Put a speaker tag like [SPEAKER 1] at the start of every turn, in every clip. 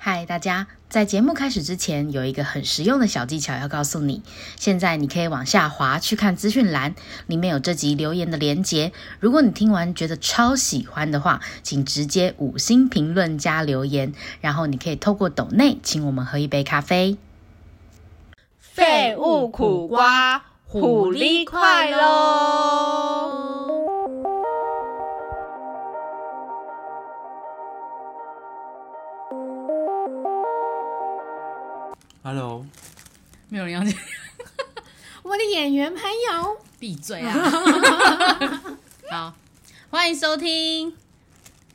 [SPEAKER 1] 嗨，大家！在节目开始之前，有一个很实用的小技巧要告诉你。现在你可以往下滑去看资讯栏，里面有这集留言的连结。如果你听完觉得超喜欢的话，请直接五星评论加留言，然后你可以透过抖内请我们喝一杯咖啡。
[SPEAKER 2] 废物苦瓜，虎力快喽！
[SPEAKER 3] Hello，
[SPEAKER 4] 没有人要你
[SPEAKER 2] 我的演员朋友，
[SPEAKER 4] 闭嘴啊！好，欢迎收听。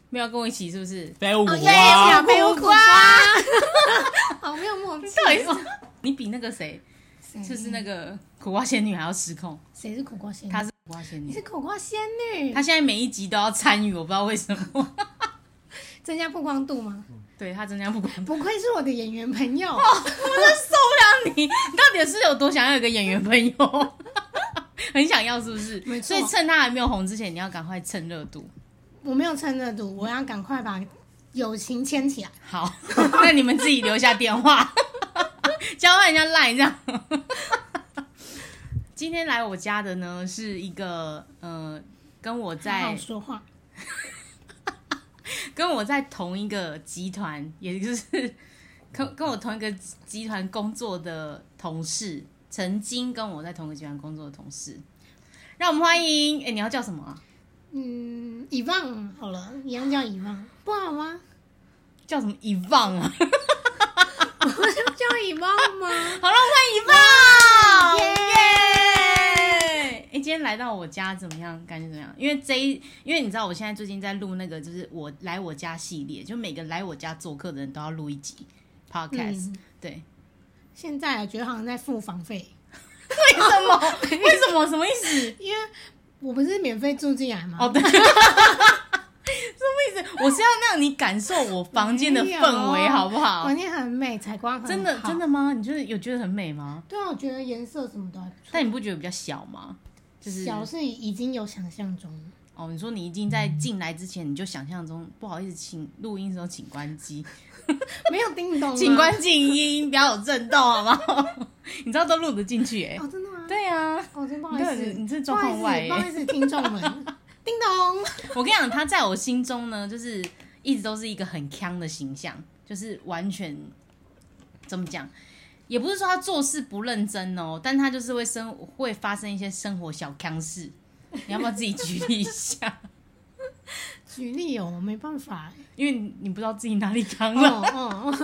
[SPEAKER 4] 没有要跟我一起是不是？
[SPEAKER 3] 废物
[SPEAKER 2] 呀，
[SPEAKER 3] 啊！
[SPEAKER 2] 没有苦 瓜，好没有默契。
[SPEAKER 4] 到底是你比那个谁，
[SPEAKER 2] 谁
[SPEAKER 4] 就是那个苦瓜仙女还要失控？
[SPEAKER 2] 谁是苦瓜仙女？
[SPEAKER 4] 她是苦瓜仙
[SPEAKER 2] 你是
[SPEAKER 4] 女，
[SPEAKER 2] 苦瓜仙女
[SPEAKER 4] 她，现在每一集都要参与，我不知道为什 么。
[SPEAKER 2] 增加曝光度吗？
[SPEAKER 4] 对她增加不管，
[SPEAKER 2] 不愧是我的演员朋友，
[SPEAKER 4] 哦受不了你，你 到底是有多想要有个演员朋友？ 很想要是不是
[SPEAKER 2] 没？错
[SPEAKER 4] 所以趁她还没有红之前，你要赶快蹭热度。
[SPEAKER 2] 我没有趁热度，我要赶快把友情牵起来。
[SPEAKER 4] 好， 那你们自己留下电话， 交换一下赖这样。 今天来我家的呢，是一个呃，跟我
[SPEAKER 2] 好好
[SPEAKER 4] 在
[SPEAKER 2] 说话，
[SPEAKER 4] 跟我在同一个集团，也就是
[SPEAKER 2] 嗯
[SPEAKER 4] 跟跟我同一个集团工作的同事，曾经跟我在同一个集团工作的同事。让我们欢迎，哎、你要叫什么啊？
[SPEAKER 2] 嗯，遗忘好了，一样叫遗忘，不好 吗？
[SPEAKER 4] 叫什么遗忘 啊？
[SPEAKER 2] 叫遗忘吗？
[SPEAKER 4] 好了，欢迎
[SPEAKER 2] 耶
[SPEAKER 4] 一耶！哎，今天来到我家怎么样？感觉怎么样？因为这一，因为你知道我现在最近在录那个，就是我来我家系列，就每个来我家做客的人都要录一集 podcast、
[SPEAKER 2] 嗯
[SPEAKER 4] 对，
[SPEAKER 2] 现在啊觉得好像在付房费，
[SPEAKER 4] 为什么？为什么？什么意思？
[SPEAKER 2] 因为我不是免费住进来吗？
[SPEAKER 4] 哦，对。什么意思？我是要让你感受我房间的氛
[SPEAKER 2] 没
[SPEAKER 4] 围，
[SPEAKER 2] 有
[SPEAKER 4] 好不好
[SPEAKER 2] 房？间很美，采光很
[SPEAKER 4] 真的
[SPEAKER 2] 好
[SPEAKER 4] 真的。吗？你觉得有觉得很美吗？
[SPEAKER 2] 对啊，我觉得颜色什么都还不错。
[SPEAKER 4] 但你不觉得比较小吗？就是
[SPEAKER 2] 小是已经有想象中了，
[SPEAKER 4] 哦，你说你已经在进来之前，你就想象中不好意思，请录音的时候请关机，
[SPEAKER 2] 没有叮咚吗，
[SPEAKER 4] 请关静音，不要有震动，好 吗？你知道都录得进去哎、
[SPEAKER 2] 哦，真的吗？，
[SPEAKER 4] 对啊，
[SPEAKER 2] 哦，真不好意思，
[SPEAKER 4] 你这你这状况
[SPEAKER 2] 不好
[SPEAKER 4] 外欸
[SPEAKER 2] 意思，
[SPEAKER 4] 耶
[SPEAKER 2] 不好意思，听众 们，叮咚，
[SPEAKER 4] 我跟你讲，他在我心中呢，就是一直都是一个很强的形象，就是完全怎么讲，也不是说他做事不认真哦，但他就是会生会发生一些生活小强事。你要不要自己举例一下？
[SPEAKER 2] 举例哦，我没办法耶，
[SPEAKER 4] 因为你不知道自己哪里扛了。
[SPEAKER 2] 哦哦，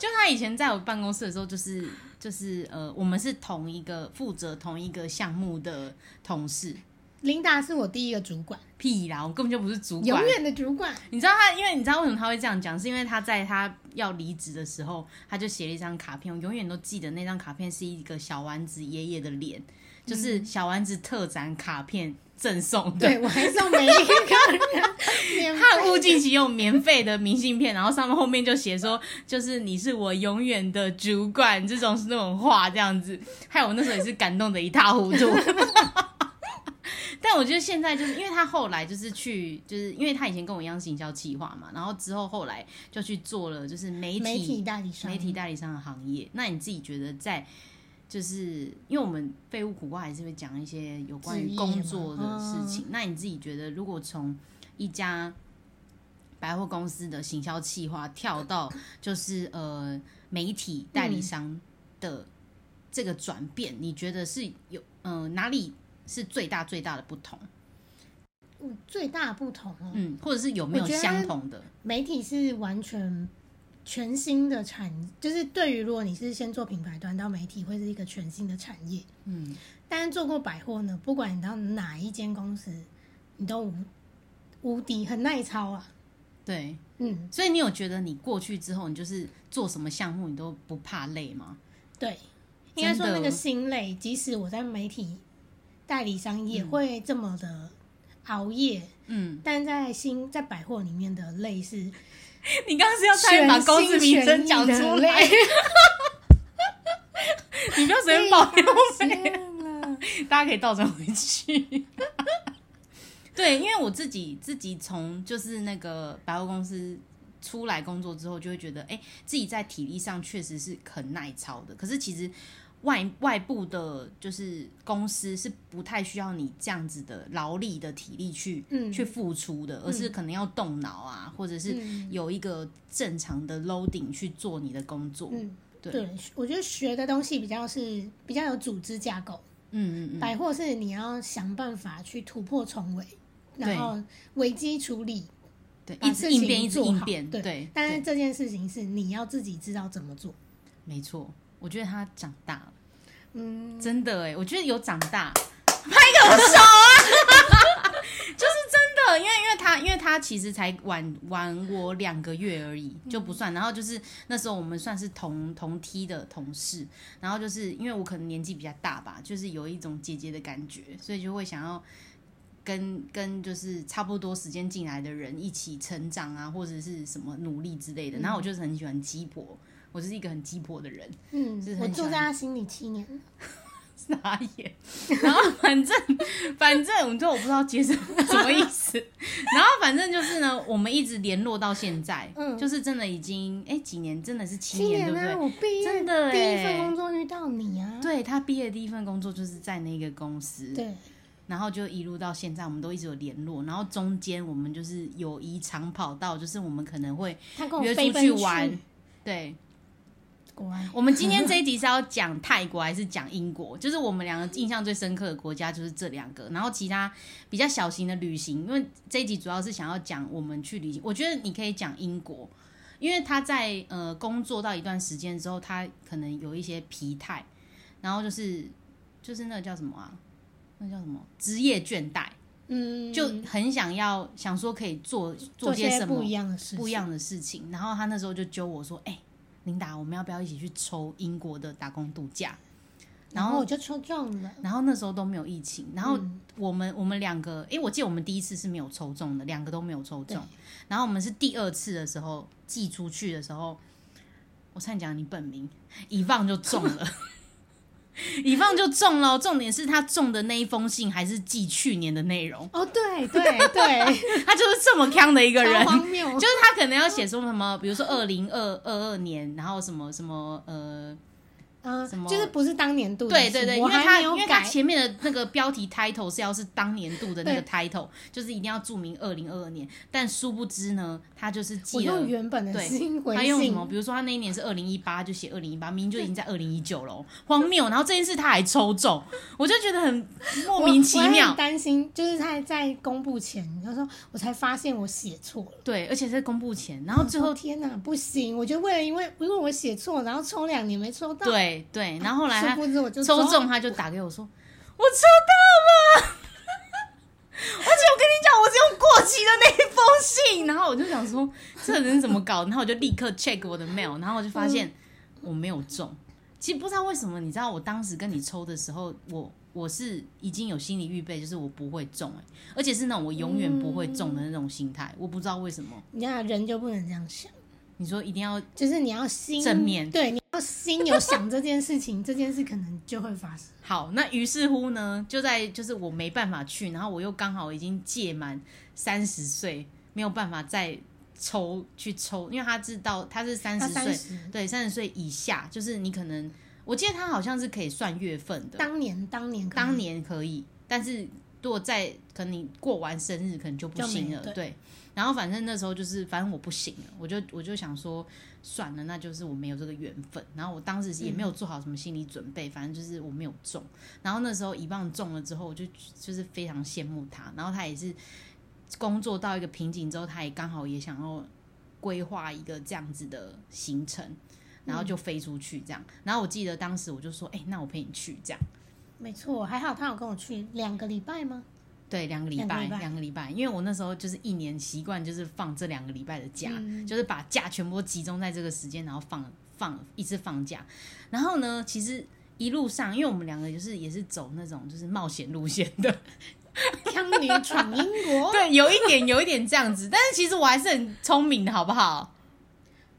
[SPEAKER 4] 就他以前在我办公室的时候、就是，就是呃，我们是同一个负责同一个项目的同事。
[SPEAKER 2] 琳达是我第一个主管，
[SPEAKER 4] 屁啦，我根本就不是主
[SPEAKER 2] 永
[SPEAKER 4] 管。啊
[SPEAKER 2] 远的主管，
[SPEAKER 4] 你知道他，因为你知道为什么他会这样讲，是因为他在他要离职的时候，他就写了一张卡片，我永远都记得那张卡片是一个小丸子爷爷的脸，
[SPEAKER 2] 嗯
[SPEAKER 4] 就是小丸子特展卡片赠送的。
[SPEAKER 2] 对我还送每一个人免费，
[SPEAKER 4] 他物尽其用，免费的明信片，然后上面后面就写说，就是你是我永远的主管，这种那种话这样子，害我那时候也是感动的一塌糊 涂。但我觉得现在就是因为他后来就是去，就是因为他以前跟我一样行销企划嘛，然后之后后来就去做了就是媒体
[SPEAKER 2] 媒体代理商，
[SPEAKER 4] 媒体代理商的行业。那你自己觉得在就是因为我们废物苦瓜还是会讲一些有关
[SPEAKER 2] 职
[SPEAKER 4] 于
[SPEAKER 2] 业
[SPEAKER 4] 工
[SPEAKER 2] 嘛嗯
[SPEAKER 4] 作的事情，那你自己觉得如果从一家百货公司的行销企划跳到就是呃媒体代
[SPEAKER 2] 嗯
[SPEAKER 4] 理商的这个转变，你觉得是有呃哪里是最大最大的不同？
[SPEAKER 2] 我嗯最大的不同哦，
[SPEAKER 4] 嗯，或者是有没有
[SPEAKER 2] 我觉得
[SPEAKER 4] 相同的？
[SPEAKER 2] 媒体是完全全新的产，就是对于如果你是先做品牌端到媒体，会是一个全新的产业。
[SPEAKER 4] 嗯，
[SPEAKER 2] 但是做过百货呢，不管你到哪一间公司，你都无无敌，很耐操啊。
[SPEAKER 4] 对。
[SPEAKER 2] 嗯，
[SPEAKER 4] 所以你有觉得你过去之后，你就是做什么项目你都不怕累吗？
[SPEAKER 2] 对，应该说
[SPEAKER 4] 真的
[SPEAKER 2] 那个心累，即使我在媒体代理商也会这么的熬夜，
[SPEAKER 4] 嗯，
[SPEAKER 2] 但在新在百货里面的累是
[SPEAKER 4] 你刚刚是要差点把公司名称讲出来， 你不要随便爆料，
[SPEAKER 2] 怨
[SPEAKER 4] 大家可以倒转回去。对，因为我自己自己从就是那个百货公司出来工作之后，就会觉得，哎、自己在体力上确实是很耐操的。可是其实外外部的，就是公司是不太需要你这样子的劳力的体力去、
[SPEAKER 2] 嗯
[SPEAKER 4] 去付出的，而是可能要动脑啊，或者是
[SPEAKER 2] 嗯
[SPEAKER 4] 有一个正常的 loading 去做你的工作。
[SPEAKER 2] 嗯，
[SPEAKER 4] 对
[SPEAKER 2] 对，我觉得学的东西比较是比较有组织架构，
[SPEAKER 4] 嗯嗯嗯，
[SPEAKER 2] 百货是你要想办法去突破重围，然后危机处理，
[SPEAKER 4] 对，
[SPEAKER 2] 把
[SPEAKER 4] 一
[SPEAKER 2] 事
[SPEAKER 4] 直
[SPEAKER 2] 情
[SPEAKER 4] 应变，一直
[SPEAKER 2] 做
[SPEAKER 4] 应
[SPEAKER 2] 好
[SPEAKER 4] 变，
[SPEAKER 2] 对
[SPEAKER 4] 对，
[SPEAKER 2] 但是
[SPEAKER 4] 对
[SPEAKER 2] 这件事情是你要自己知道怎么做。
[SPEAKER 4] 没错，我觉得他长大了。
[SPEAKER 2] 嗯，
[SPEAKER 4] 真的哎，我觉得有长大，拍个手啊！ 就是真的，因为因为他因为他其实才晚晚我两个月而已，就不算。然后就是那时候我们算是同同梯的同事，然后就是因为我可能年纪比较大吧，就是有一种姐姐的感觉，所以就会想要。跟跟就是差不多时间进来的人一起成长啊，或者是什么努力之类的。然后我就是很喜欢鸡婆，我就是一个很鸡婆的人，是
[SPEAKER 2] 嗯，
[SPEAKER 4] 很
[SPEAKER 2] 我住
[SPEAKER 4] 喜欢
[SPEAKER 2] 在他心里七年，
[SPEAKER 4] 傻眼。然后反正反正，你知道我不知道接什么什么意思。然后反正就是呢，我们一直联络到现在，
[SPEAKER 2] 嗯
[SPEAKER 4] 就是真的已经哎、几年，真的是七
[SPEAKER 2] 七
[SPEAKER 4] 对不
[SPEAKER 2] 啊！
[SPEAKER 4] 对？
[SPEAKER 2] 我毕业
[SPEAKER 4] 真的
[SPEAKER 2] 第一
[SPEAKER 4] 欸
[SPEAKER 2] 份工作遇到你啊，
[SPEAKER 4] 对他毕业的第一份工作就是在那个公司，
[SPEAKER 2] 对，
[SPEAKER 4] 然后就一路到现在，我们都一直有联络。然后中间我们就是友谊长跑到，就是我们可能会
[SPEAKER 2] 他跟我
[SPEAKER 4] 约
[SPEAKER 2] 哦飞
[SPEAKER 4] 出
[SPEAKER 2] 奔
[SPEAKER 4] 去玩。对，
[SPEAKER 2] 果然
[SPEAKER 4] 我们今天这一集是要讲泰国还是讲英国？ 就是我们两个印象最深刻的国家就是这两个，然后其他比较小型的旅行，因为这一集主要是想要讲我们去旅行。我觉得你可以讲英国，因为他在呃工作到一段时间之后，他可能有一些疲态，然后就是就是那个叫什么啊？那叫什么职业倦怠，
[SPEAKER 2] 嗯，
[SPEAKER 4] 就很想要想说可以做
[SPEAKER 2] 做
[SPEAKER 4] 些什么
[SPEAKER 2] 不一样的事，
[SPEAKER 4] 不一。样的事情。然后他那时候就揪我说：“哎、琳达，我们要不要一起去抽英国的打工度假？”然
[SPEAKER 2] 然后
[SPEAKER 4] 后
[SPEAKER 2] 我，就抽中 了，
[SPEAKER 4] 然后那时候都没有疫情，然后
[SPEAKER 2] 嗯
[SPEAKER 4] 我们、我们两个，哎、我记得我们第一次是没有抽中的，两个都没有抽中。然后我们是第二次的时候寄出去的时候，我差点讲你本名，一放就中了。 一放就中了哦，重点是他中的那一封信还是寄去年的内容，
[SPEAKER 2] 哦，对对对，
[SPEAKER 4] 他就是这么 坑的一个人
[SPEAKER 2] 超。荒谬，
[SPEAKER 4] 就是他可能要写说什么，比如说二零二二二年，然后什么什么呃，
[SPEAKER 2] 嗯
[SPEAKER 4] 什么，
[SPEAKER 2] 就是不是当年度的
[SPEAKER 4] 对
[SPEAKER 2] 事，
[SPEAKER 4] 对对，因
[SPEAKER 2] 我
[SPEAKER 4] 为
[SPEAKER 2] 还
[SPEAKER 4] 他
[SPEAKER 2] 没
[SPEAKER 4] 因
[SPEAKER 2] 有
[SPEAKER 4] 为他
[SPEAKER 2] 改，
[SPEAKER 4] 前面的那个标题 title 是要是当年度的那个
[SPEAKER 2] 对
[SPEAKER 4] title，就是一定要注明二零二二年，但殊不知呢，他就是
[SPEAKER 2] 我
[SPEAKER 4] 记了
[SPEAKER 2] 用。原本的
[SPEAKER 4] 对
[SPEAKER 2] 信回
[SPEAKER 4] 他用什
[SPEAKER 2] 信
[SPEAKER 4] 么？，比如说他那一年是二零一八，就写二零一八，明明就已经在二零一九了哦，荒谬。然后这件事他还抽中，我就觉得很莫名其
[SPEAKER 2] 我我还
[SPEAKER 4] 妙
[SPEAKER 2] 很。担心，就是他在公布前，他说我才发现我写错了。
[SPEAKER 4] 对，而且在公布前，然后最后
[SPEAKER 2] 我说天哪，不行！我就为了因为因为我写错，然后抽两年没抽到，，
[SPEAKER 4] 对对，然后后来他
[SPEAKER 2] 殊不知我就
[SPEAKER 4] 抽中，他就打给我说：“我抽到了。” 而且我跟你讲，我是用过期的那一封信，然后我就想说这人怎么搞，然后我就立刻 check 我的 mail，然后我就发现我没有中。其实不知道为什么，你知道我当时跟你抽的时候，我我是已经有心理预备，就是我不会中、欸，而且是那种我永远不会中的那种心态，我不知道为什么。
[SPEAKER 2] 你看人就不能这样想，
[SPEAKER 4] 你说一定要
[SPEAKER 2] 就是你要心
[SPEAKER 4] 正面
[SPEAKER 2] 对，你要心有想这件事 情，这件事可能就会发生。
[SPEAKER 4] 好，那于是乎呢，就在就是我没办法去，然后我又刚好已经届满三十岁，没有办法再抽去抽，因为他知道他是三
[SPEAKER 2] 他
[SPEAKER 4] 十
[SPEAKER 2] 三
[SPEAKER 4] 岁，
[SPEAKER 2] 十，
[SPEAKER 4] 对，三十岁以下，就是你可能，我记得他好像是可以算月份的，
[SPEAKER 2] 当年当年可能
[SPEAKER 4] 当年可以，但是如果在可能你过完生日，可能就不行了
[SPEAKER 2] 就没。了
[SPEAKER 4] 对，然后反正那时候就是，反正我不行了，我就我就想说，算了，那就是我没有这个缘分。然后我当时也没有做好什么心理准
[SPEAKER 2] 嗯
[SPEAKER 4] 备，反正就是我没有中。然后那时候一棒中了之后，我就就是非常羡慕他。然后他也是工作到一个瓶颈之后，他也刚好也想要规划一个这样子的行程。然后就飞出去这样，然后我记得当时我就说，哎、那我陪你去这样。
[SPEAKER 2] 没错，还好他有跟我去两个礼拜吗？
[SPEAKER 4] 对，两个礼
[SPEAKER 2] 两个
[SPEAKER 4] 拜，
[SPEAKER 2] 礼拜
[SPEAKER 4] 两个礼拜，因为我那时候就是一年习惯就是放这两个礼拜的假，
[SPEAKER 2] 嗯
[SPEAKER 4] 就是把假全部都集中在这个时间，然后放放一次放假。然后呢，其实一路上，因为我们两个就是也是走那种就是冒险路线的，
[SPEAKER 2] 康女闯英国，
[SPEAKER 4] 对，有一点有一点这样子，但是其实我还是很聪明的，好不好？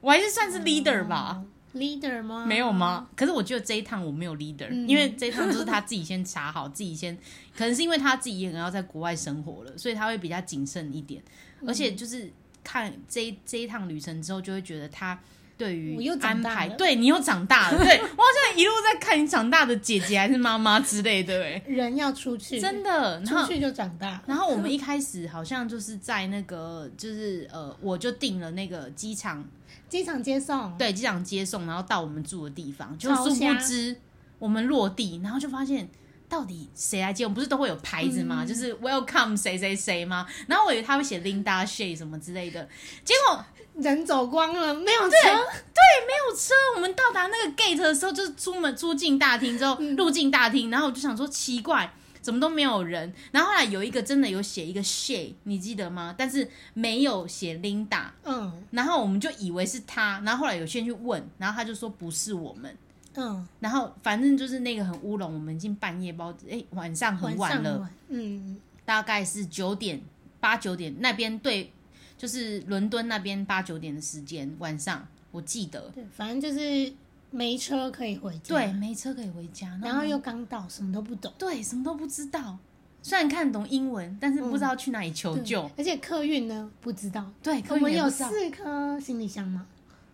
[SPEAKER 4] 我还是算
[SPEAKER 2] 嗯
[SPEAKER 4] 是 leader 吧。
[SPEAKER 2] ，leader 吗？
[SPEAKER 4] 没有？吗？可是我觉得这一趟我没有 leader，、
[SPEAKER 2] 嗯
[SPEAKER 4] 因为这一趟就是他自己先查好， 自己先，
[SPEAKER 2] 嗯
[SPEAKER 4] 可能是因为他自己也可能要在国外生活了，所以他会比较谨慎一点，而且就是。趟这一这一趟旅程之后，就会觉得他对
[SPEAKER 2] 我
[SPEAKER 4] 于
[SPEAKER 2] 又长
[SPEAKER 4] 安
[SPEAKER 2] 大
[SPEAKER 4] 排，
[SPEAKER 2] 了
[SPEAKER 4] 对你又长大了，对我好像一路在看你长大的姐姐还是妈妈之类的，哎，
[SPEAKER 2] 人要出去，
[SPEAKER 4] 真的，然
[SPEAKER 2] 出
[SPEAKER 4] 后
[SPEAKER 2] 去就长大。
[SPEAKER 4] 然后我们一开始好像就是在那个，就是呃，我就订了那个机场，
[SPEAKER 2] 机场接送，
[SPEAKER 4] 对，机场接送，然后到我们住的地方，就
[SPEAKER 2] 超
[SPEAKER 4] 殊不
[SPEAKER 2] 瞎
[SPEAKER 4] 知我们落地，然后就发现到底谁来接我们？不是都会有牌子
[SPEAKER 2] 嗯
[SPEAKER 4] 吗？就是 Welcome 谁谁谁吗？然后我以为他会写 Linda Shay 什么之类的，结果
[SPEAKER 2] 人走光了，没有车，
[SPEAKER 4] 没有车。我们到达那个 gate 的时候，就是出门出进大厅之后，
[SPEAKER 2] 嗯
[SPEAKER 4] 入境大厅，然后我就想说奇怪。怎么都没有人，然后后来有一个真的有写一个 Shay，你记得吗？但是没有写 Linda，
[SPEAKER 2] 嗯
[SPEAKER 4] 然后我们就以为是他，然后后来有些人去问，然后他就说不是我们，
[SPEAKER 2] 嗯，
[SPEAKER 4] 然后反正就是那个很乌龙，我们已经半夜包，哎，晚上很晚
[SPEAKER 2] 晚
[SPEAKER 4] 了，
[SPEAKER 2] 上晚，嗯，
[SPEAKER 4] 大概是九点八九点那边对，就是伦敦那边八九点的时间晚上，我记得，
[SPEAKER 2] 对，嗯反正就是没车可以回家，
[SPEAKER 4] 对，，没车可以回家，
[SPEAKER 2] 然后又刚到，什么都不懂，
[SPEAKER 4] 对什么都不知道，虽然看懂英文，但是不知道去哪里求
[SPEAKER 2] 对
[SPEAKER 4] 救，
[SPEAKER 2] 而且客运呢不知道，
[SPEAKER 4] 对，
[SPEAKER 2] 我
[SPEAKER 4] 根本
[SPEAKER 2] 们
[SPEAKER 4] 哎也不
[SPEAKER 2] 有
[SPEAKER 4] 知道
[SPEAKER 2] 四颗行李箱嘛，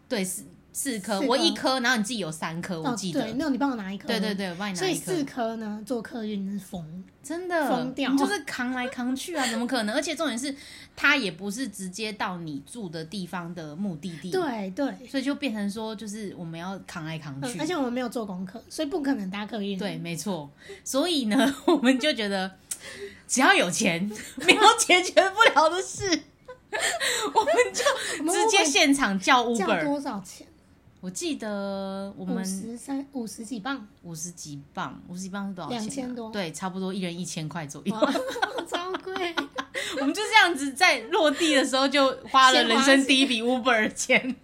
[SPEAKER 4] 对四四颗，
[SPEAKER 2] 四
[SPEAKER 4] 我
[SPEAKER 2] 颗
[SPEAKER 4] 一颗，然后你自己有三颗，我
[SPEAKER 2] 哦，
[SPEAKER 4] 记
[SPEAKER 2] 对，
[SPEAKER 4] 得，
[SPEAKER 2] 没有你帮我拿一颗，
[SPEAKER 4] 对对，对，我帮你拿
[SPEAKER 2] 所以
[SPEAKER 4] 一颗
[SPEAKER 2] 四。颗呢坐客运是疯，
[SPEAKER 4] 真的
[SPEAKER 2] 疯掉
[SPEAKER 4] 你就是扛来扛去啊，怎么可能？而且重点是，他也不是直接到你住的地方的目的地，，
[SPEAKER 2] 对对，
[SPEAKER 4] 所以就变成说，就是我们要扛来扛去，
[SPEAKER 2] 嗯而且我们没有做功课，所以不可能搭客运，
[SPEAKER 4] 对，，没错。所以呢， 我们就觉得只要有钱， 没有解决不了 的事，我们
[SPEAKER 2] 我
[SPEAKER 4] 就
[SPEAKER 2] 们
[SPEAKER 4] 直接现场叫
[SPEAKER 2] Uber 叫
[SPEAKER 4] Uber。
[SPEAKER 2] 多少钱？
[SPEAKER 4] 我记得
[SPEAKER 2] 五
[SPEAKER 4] 我们
[SPEAKER 2] 十三五十几 磅，
[SPEAKER 4] 五十几磅，五十几磅是多少钱、啊？
[SPEAKER 2] 2000多
[SPEAKER 4] 对，差不多一人一千块左右。
[SPEAKER 2] 哇超贵，
[SPEAKER 4] 我们就这样子在落地的时候就花了人生第一笔 Uber 的钱，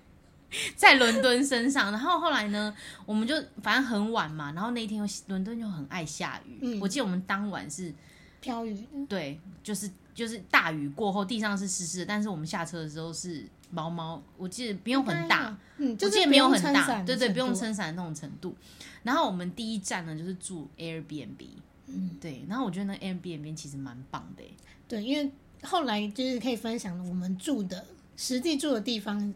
[SPEAKER 4] 在伦敦身上。然后后来呢，我们就反正很晚嘛，然后那一天又伦敦又很爱下雨，
[SPEAKER 2] 嗯
[SPEAKER 4] 我记得我们当晚是
[SPEAKER 2] 漂移的
[SPEAKER 4] 对，就是就是大雨过后，地上是湿湿的，但是我们下车的时候是毛毛，我记得不用很大，，
[SPEAKER 2] 嗯，就
[SPEAKER 4] 我记
[SPEAKER 2] 是
[SPEAKER 4] 得没有
[SPEAKER 2] 不用
[SPEAKER 4] 很
[SPEAKER 2] 撑
[SPEAKER 4] 大，
[SPEAKER 2] 伞
[SPEAKER 4] 对对，不用
[SPEAKER 2] 程
[SPEAKER 4] 撑伞的那种程度。然后我们第一站呢就是住 Airbnb，
[SPEAKER 2] 嗯
[SPEAKER 4] 对，然后我觉得那 Airbnb 其实蛮棒的欸、
[SPEAKER 2] 度，对，因为后来就是可以分享我们住的实际住的地方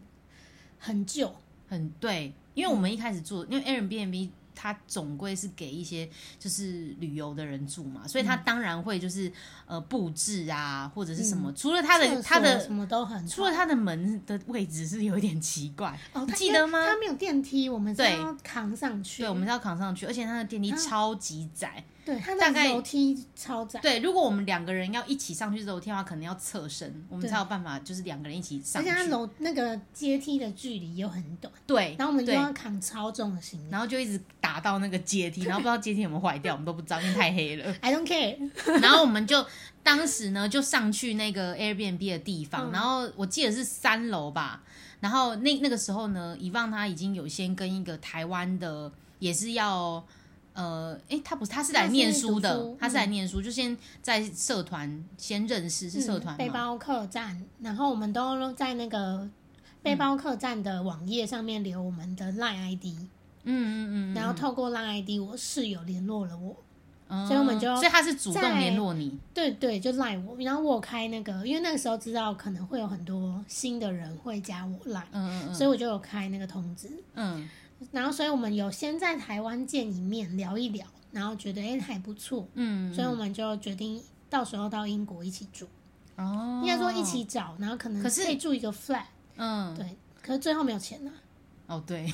[SPEAKER 2] 很旧，
[SPEAKER 4] 很对，因为我们一开始住，因为 Airbnb 它总归是给一些就是旅游的人住嘛，所以
[SPEAKER 2] 嗯
[SPEAKER 4] 它当然会就是呃布置啊或者是什么，除了它
[SPEAKER 2] 嗯厕
[SPEAKER 4] 的
[SPEAKER 2] 所
[SPEAKER 4] 它的
[SPEAKER 2] 什么都很
[SPEAKER 4] 除了它的门的位置是有一点奇怪，
[SPEAKER 2] 哦，
[SPEAKER 4] 你
[SPEAKER 2] 它
[SPEAKER 4] 记得吗？
[SPEAKER 2] 它没有电梯，我们是
[SPEAKER 4] 对
[SPEAKER 2] 要扛上去，
[SPEAKER 4] 对，我们是要扛上去，而且它的电梯
[SPEAKER 2] 啊
[SPEAKER 4] 超级窄。
[SPEAKER 2] 对它
[SPEAKER 4] 大
[SPEAKER 2] 的
[SPEAKER 4] 概
[SPEAKER 2] 楼梯超窄，
[SPEAKER 4] 对，如果我们两个人要一起上去楼梯的话，可能要侧身，我们
[SPEAKER 2] 对
[SPEAKER 4] 才有办法就是两个人一起上
[SPEAKER 2] 而
[SPEAKER 4] 去
[SPEAKER 2] 且。它楼那个阶梯的距离又很短，
[SPEAKER 4] 对，
[SPEAKER 2] 然后我们就
[SPEAKER 4] 对
[SPEAKER 2] 要扛超重的行李
[SPEAKER 4] 然后就一直打到那个阶梯，然后不知道阶梯有没有坏掉，我们都不知道，因为太黑了。
[SPEAKER 2] ，I don't care，
[SPEAKER 4] 然后我们就当时呢就上去那个 Airbnb 的地方，
[SPEAKER 2] 嗯
[SPEAKER 4] 然后我记得是三楼吧。然后那那个时候呢，以望他已经有先跟一个台湾的，也是要呃，诶，他不是，他是来
[SPEAKER 2] 他是
[SPEAKER 4] 念书的，
[SPEAKER 2] 读书嗯
[SPEAKER 4] 他是来念书，就先在社团先认识，是社团嗯
[SPEAKER 2] 嗯背
[SPEAKER 4] 吗？
[SPEAKER 2] 包客栈，然后我们都在那个背包客栈的网页上面留我们的 Line ID，、
[SPEAKER 4] 嗯嗯嗯嗯，
[SPEAKER 2] 然后透过 Line ID，我室友联络了我，
[SPEAKER 4] 嗯，
[SPEAKER 2] 所以我们就
[SPEAKER 4] 所以他是主动
[SPEAKER 2] 在
[SPEAKER 4] 联络你，
[SPEAKER 2] 对对，就赖我。然后我有开那个，因为那个时候知道可能会有很多新的人会加我赖，
[SPEAKER 4] 嗯嗯嗯，
[SPEAKER 2] 所以
[SPEAKER 4] 以
[SPEAKER 2] 我就有开那个通知。
[SPEAKER 4] 嗯
[SPEAKER 2] 然后，所以我们有先在台湾见一面聊一聊，然后觉得哎、诶还不错，
[SPEAKER 4] 嗯，
[SPEAKER 2] 所以我们就决定到时候到英国一起住，
[SPEAKER 4] 哦，
[SPEAKER 2] 应该说一起找，然后可能
[SPEAKER 4] 可是
[SPEAKER 2] 可以住一个 flat，
[SPEAKER 4] 嗯，
[SPEAKER 2] 对。可是最后没有钱啊，
[SPEAKER 4] 哦，对，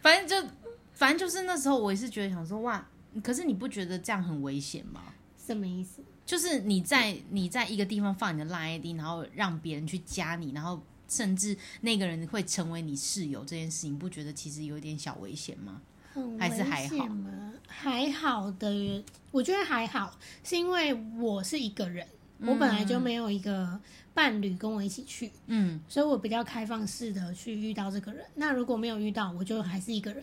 [SPEAKER 4] 反正就反正就是那时候我也是觉得想说哇，可是你不觉得这样很危险吗？
[SPEAKER 2] 什么意思？
[SPEAKER 4] 就是你在你在一个地方放你的 line ID，然后让别人去加你，然后甚至那个人会成为你室友这件事情，不觉得其实有一点小危险吗？
[SPEAKER 2] 很
[SPEAKER 4] 还
[SPEAKER 2] 危
[SPEAKER 4] 是还好
[SPEAKER 2] 险吗？还好的，我觉得还好，是因为我是一个人，我本来就没有一个伴侣跟我一起去，
[SPEAKER 4] 嗯，
[SPEAKER 2] 所以我比较开放式的去遇到这个人。那如果没有遇到，我就还是一个人，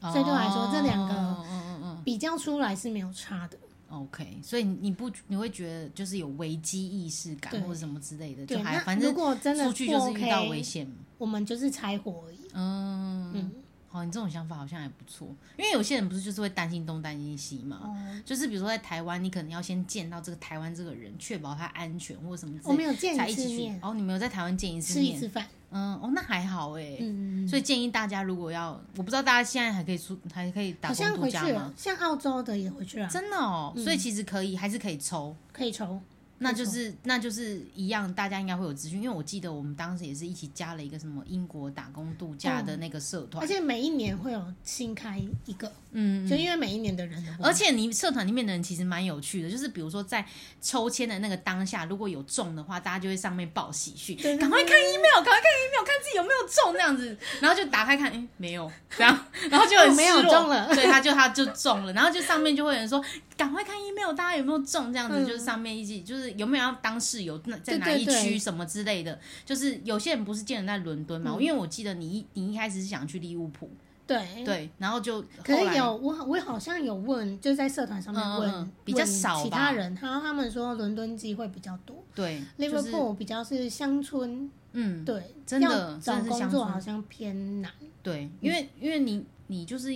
[SPEAKER 2] 所以对我来说这两个
[SPEAKER 4] 哦嗯嗯
[SPEAKER 2] 比较出来是没有差的。
[SPEAKER 4] 嗯，OK，所以你不你会觉得就是有危机意识感
[SPEAKER 2] 对
[SPEAKER 4] 或者什么之类的，
[SPEAKER 2] 对，
[SPEAKER 4] 就还
[SPEAKER 2] 那
[SPEAKER 4] 反
[SPEAKER 2] 如
[SPEAKER 4] 正
[SPEAKER 2] 果真的
[SPEAKER 4] 出去就是遇到危
[SPEAKER 2] o k
[SPEAKER 4] 险，
[SPEAKER 2] 我们就是拆伙而已。
[SPEAKER 4] 嗯，
[SPEAKER 2] 嗯，
[SPEAKER 4] 好哦，你这种想法好像还不错，因为有些人不是就是会担心东担心西嘛，
[SPEAKER 2] 哦，
[SPEAKER 4] 就是比如说在台湾，你可能要先见到这个台湾这个人，确保他安全或者什么之
[SPEAKER 2] 我
[SPEAKER 4] 类
[SPEAKER 2] 没
[SPEAKER 4] 的，
[SPEAKER 2] 有见
[SPEAKER 4] 才
[SPEAKER 2] 一
[SPEAKER 4] 一
[SPEAKER 2] 次
[SPEAKER 4] 起去
[SPEAKER 2] 面。，
[SPEAKER 4] 哦，你没有在台湾见一次
[SPEAKER 2] 吃一
[SPEAKER 4] 面，
[SPEAKER 2] 次饭，
[SPEAKER 4] 嗯，哦，那还好哎、
[SPEAKER 2] 嗯，
[SPEAKER 4] 所以建议大家如果要，我不知道大家现在还可以出，还可以打
[SPEAKER 2] 好
[SPEAKER 4] 工
[SPEAKER 2] 像
[SPEAKER 4] 度
[SPEAKER 2] 回
[SPEAKER 4] 假
[SPEAKER 2] 去
[SPEAKER 4] 吗
[SPEAKER 2] 了？，嗯像澳洲的也回去了，
[SPEAKER 4] 真的哦，所以其实可以，还是可以抽。
[SPEAKER 2] 可以抽。
[SPEAKER 4] 那就是那就是一样，大家应该会有资讯，因为我记得我们当时也是一起加了一个什么英国打工度假的那个社团
[SPEAKER 2] 而，且每一年会有新开一个，
[SPEAKER 4] 嗯，
[SPEAKER 2] 就因为每一年的人都不一样
[SPEAKER 4] 而且你社团里面的人其实蛮有趣的，就是比如说在抽签的那个当下，如果有中的话，大家就会上面报喜讯，
[SPEAKER 2] 对
[SPEAKER 4] 赶快看 email，赶快看 email，看自己有没有中这样子，然后就打开看，哎、没有，这样，然后就很
[SPEAKER 2] 哦没有
[SPEAKER 4] 失落
[SPEAKER 2] 中了
[SPEAKER 4] 对，他就他就中了，然后就上面就会有人说，赶快看 email，大家有没有中这样子，
[SPEAKER 2] 嗯
[SPEAKER 4] 就是上面一起就是有没有要当室友，那在哪
[SPEAKER 2] 对对
[SPEAKER 4] 一
[SPEAKER 2] 对
[SPEAKER 4] 区什么之类的，就是有些人不是见人在伦敦
[SPEAKER 2] 嗯
[SPEAKER 4] 嘛，因为我记得你一你一开始是想去利物浦，
[SPEAKER 2] 对，
[SPEAKER 4] 对，然后就
[SPEAKER 2] 可
[SPEAKER 4] 后来
[SPEAKER 2] 是有我我好像有问，就在社团上面问，
[SPEAKER 4] 嗯嗯嗯比较少吧
[SPEAKER 2] 问其他人，然后他们说伦敦机会比较多
[SPEAKER 4] 对就是
[SPEAKER 2] ，Liverpool 比较是乡村，
[SPEAKER 4] 嗯。
[SPEAKER 2] 对，
[SPEAKER 4] 真的
[SPEAKER 2] 要
[SPEAKER 4] 真
[SPEAKER 2] 找
[SPEAKER 4] 的是
[SPEAKER 2] 工
[SPEAKER 4] 乡村
[SPEAKER 2] 作啊好像偏难，
[SPEAKER 4] 对，因为因为你你就是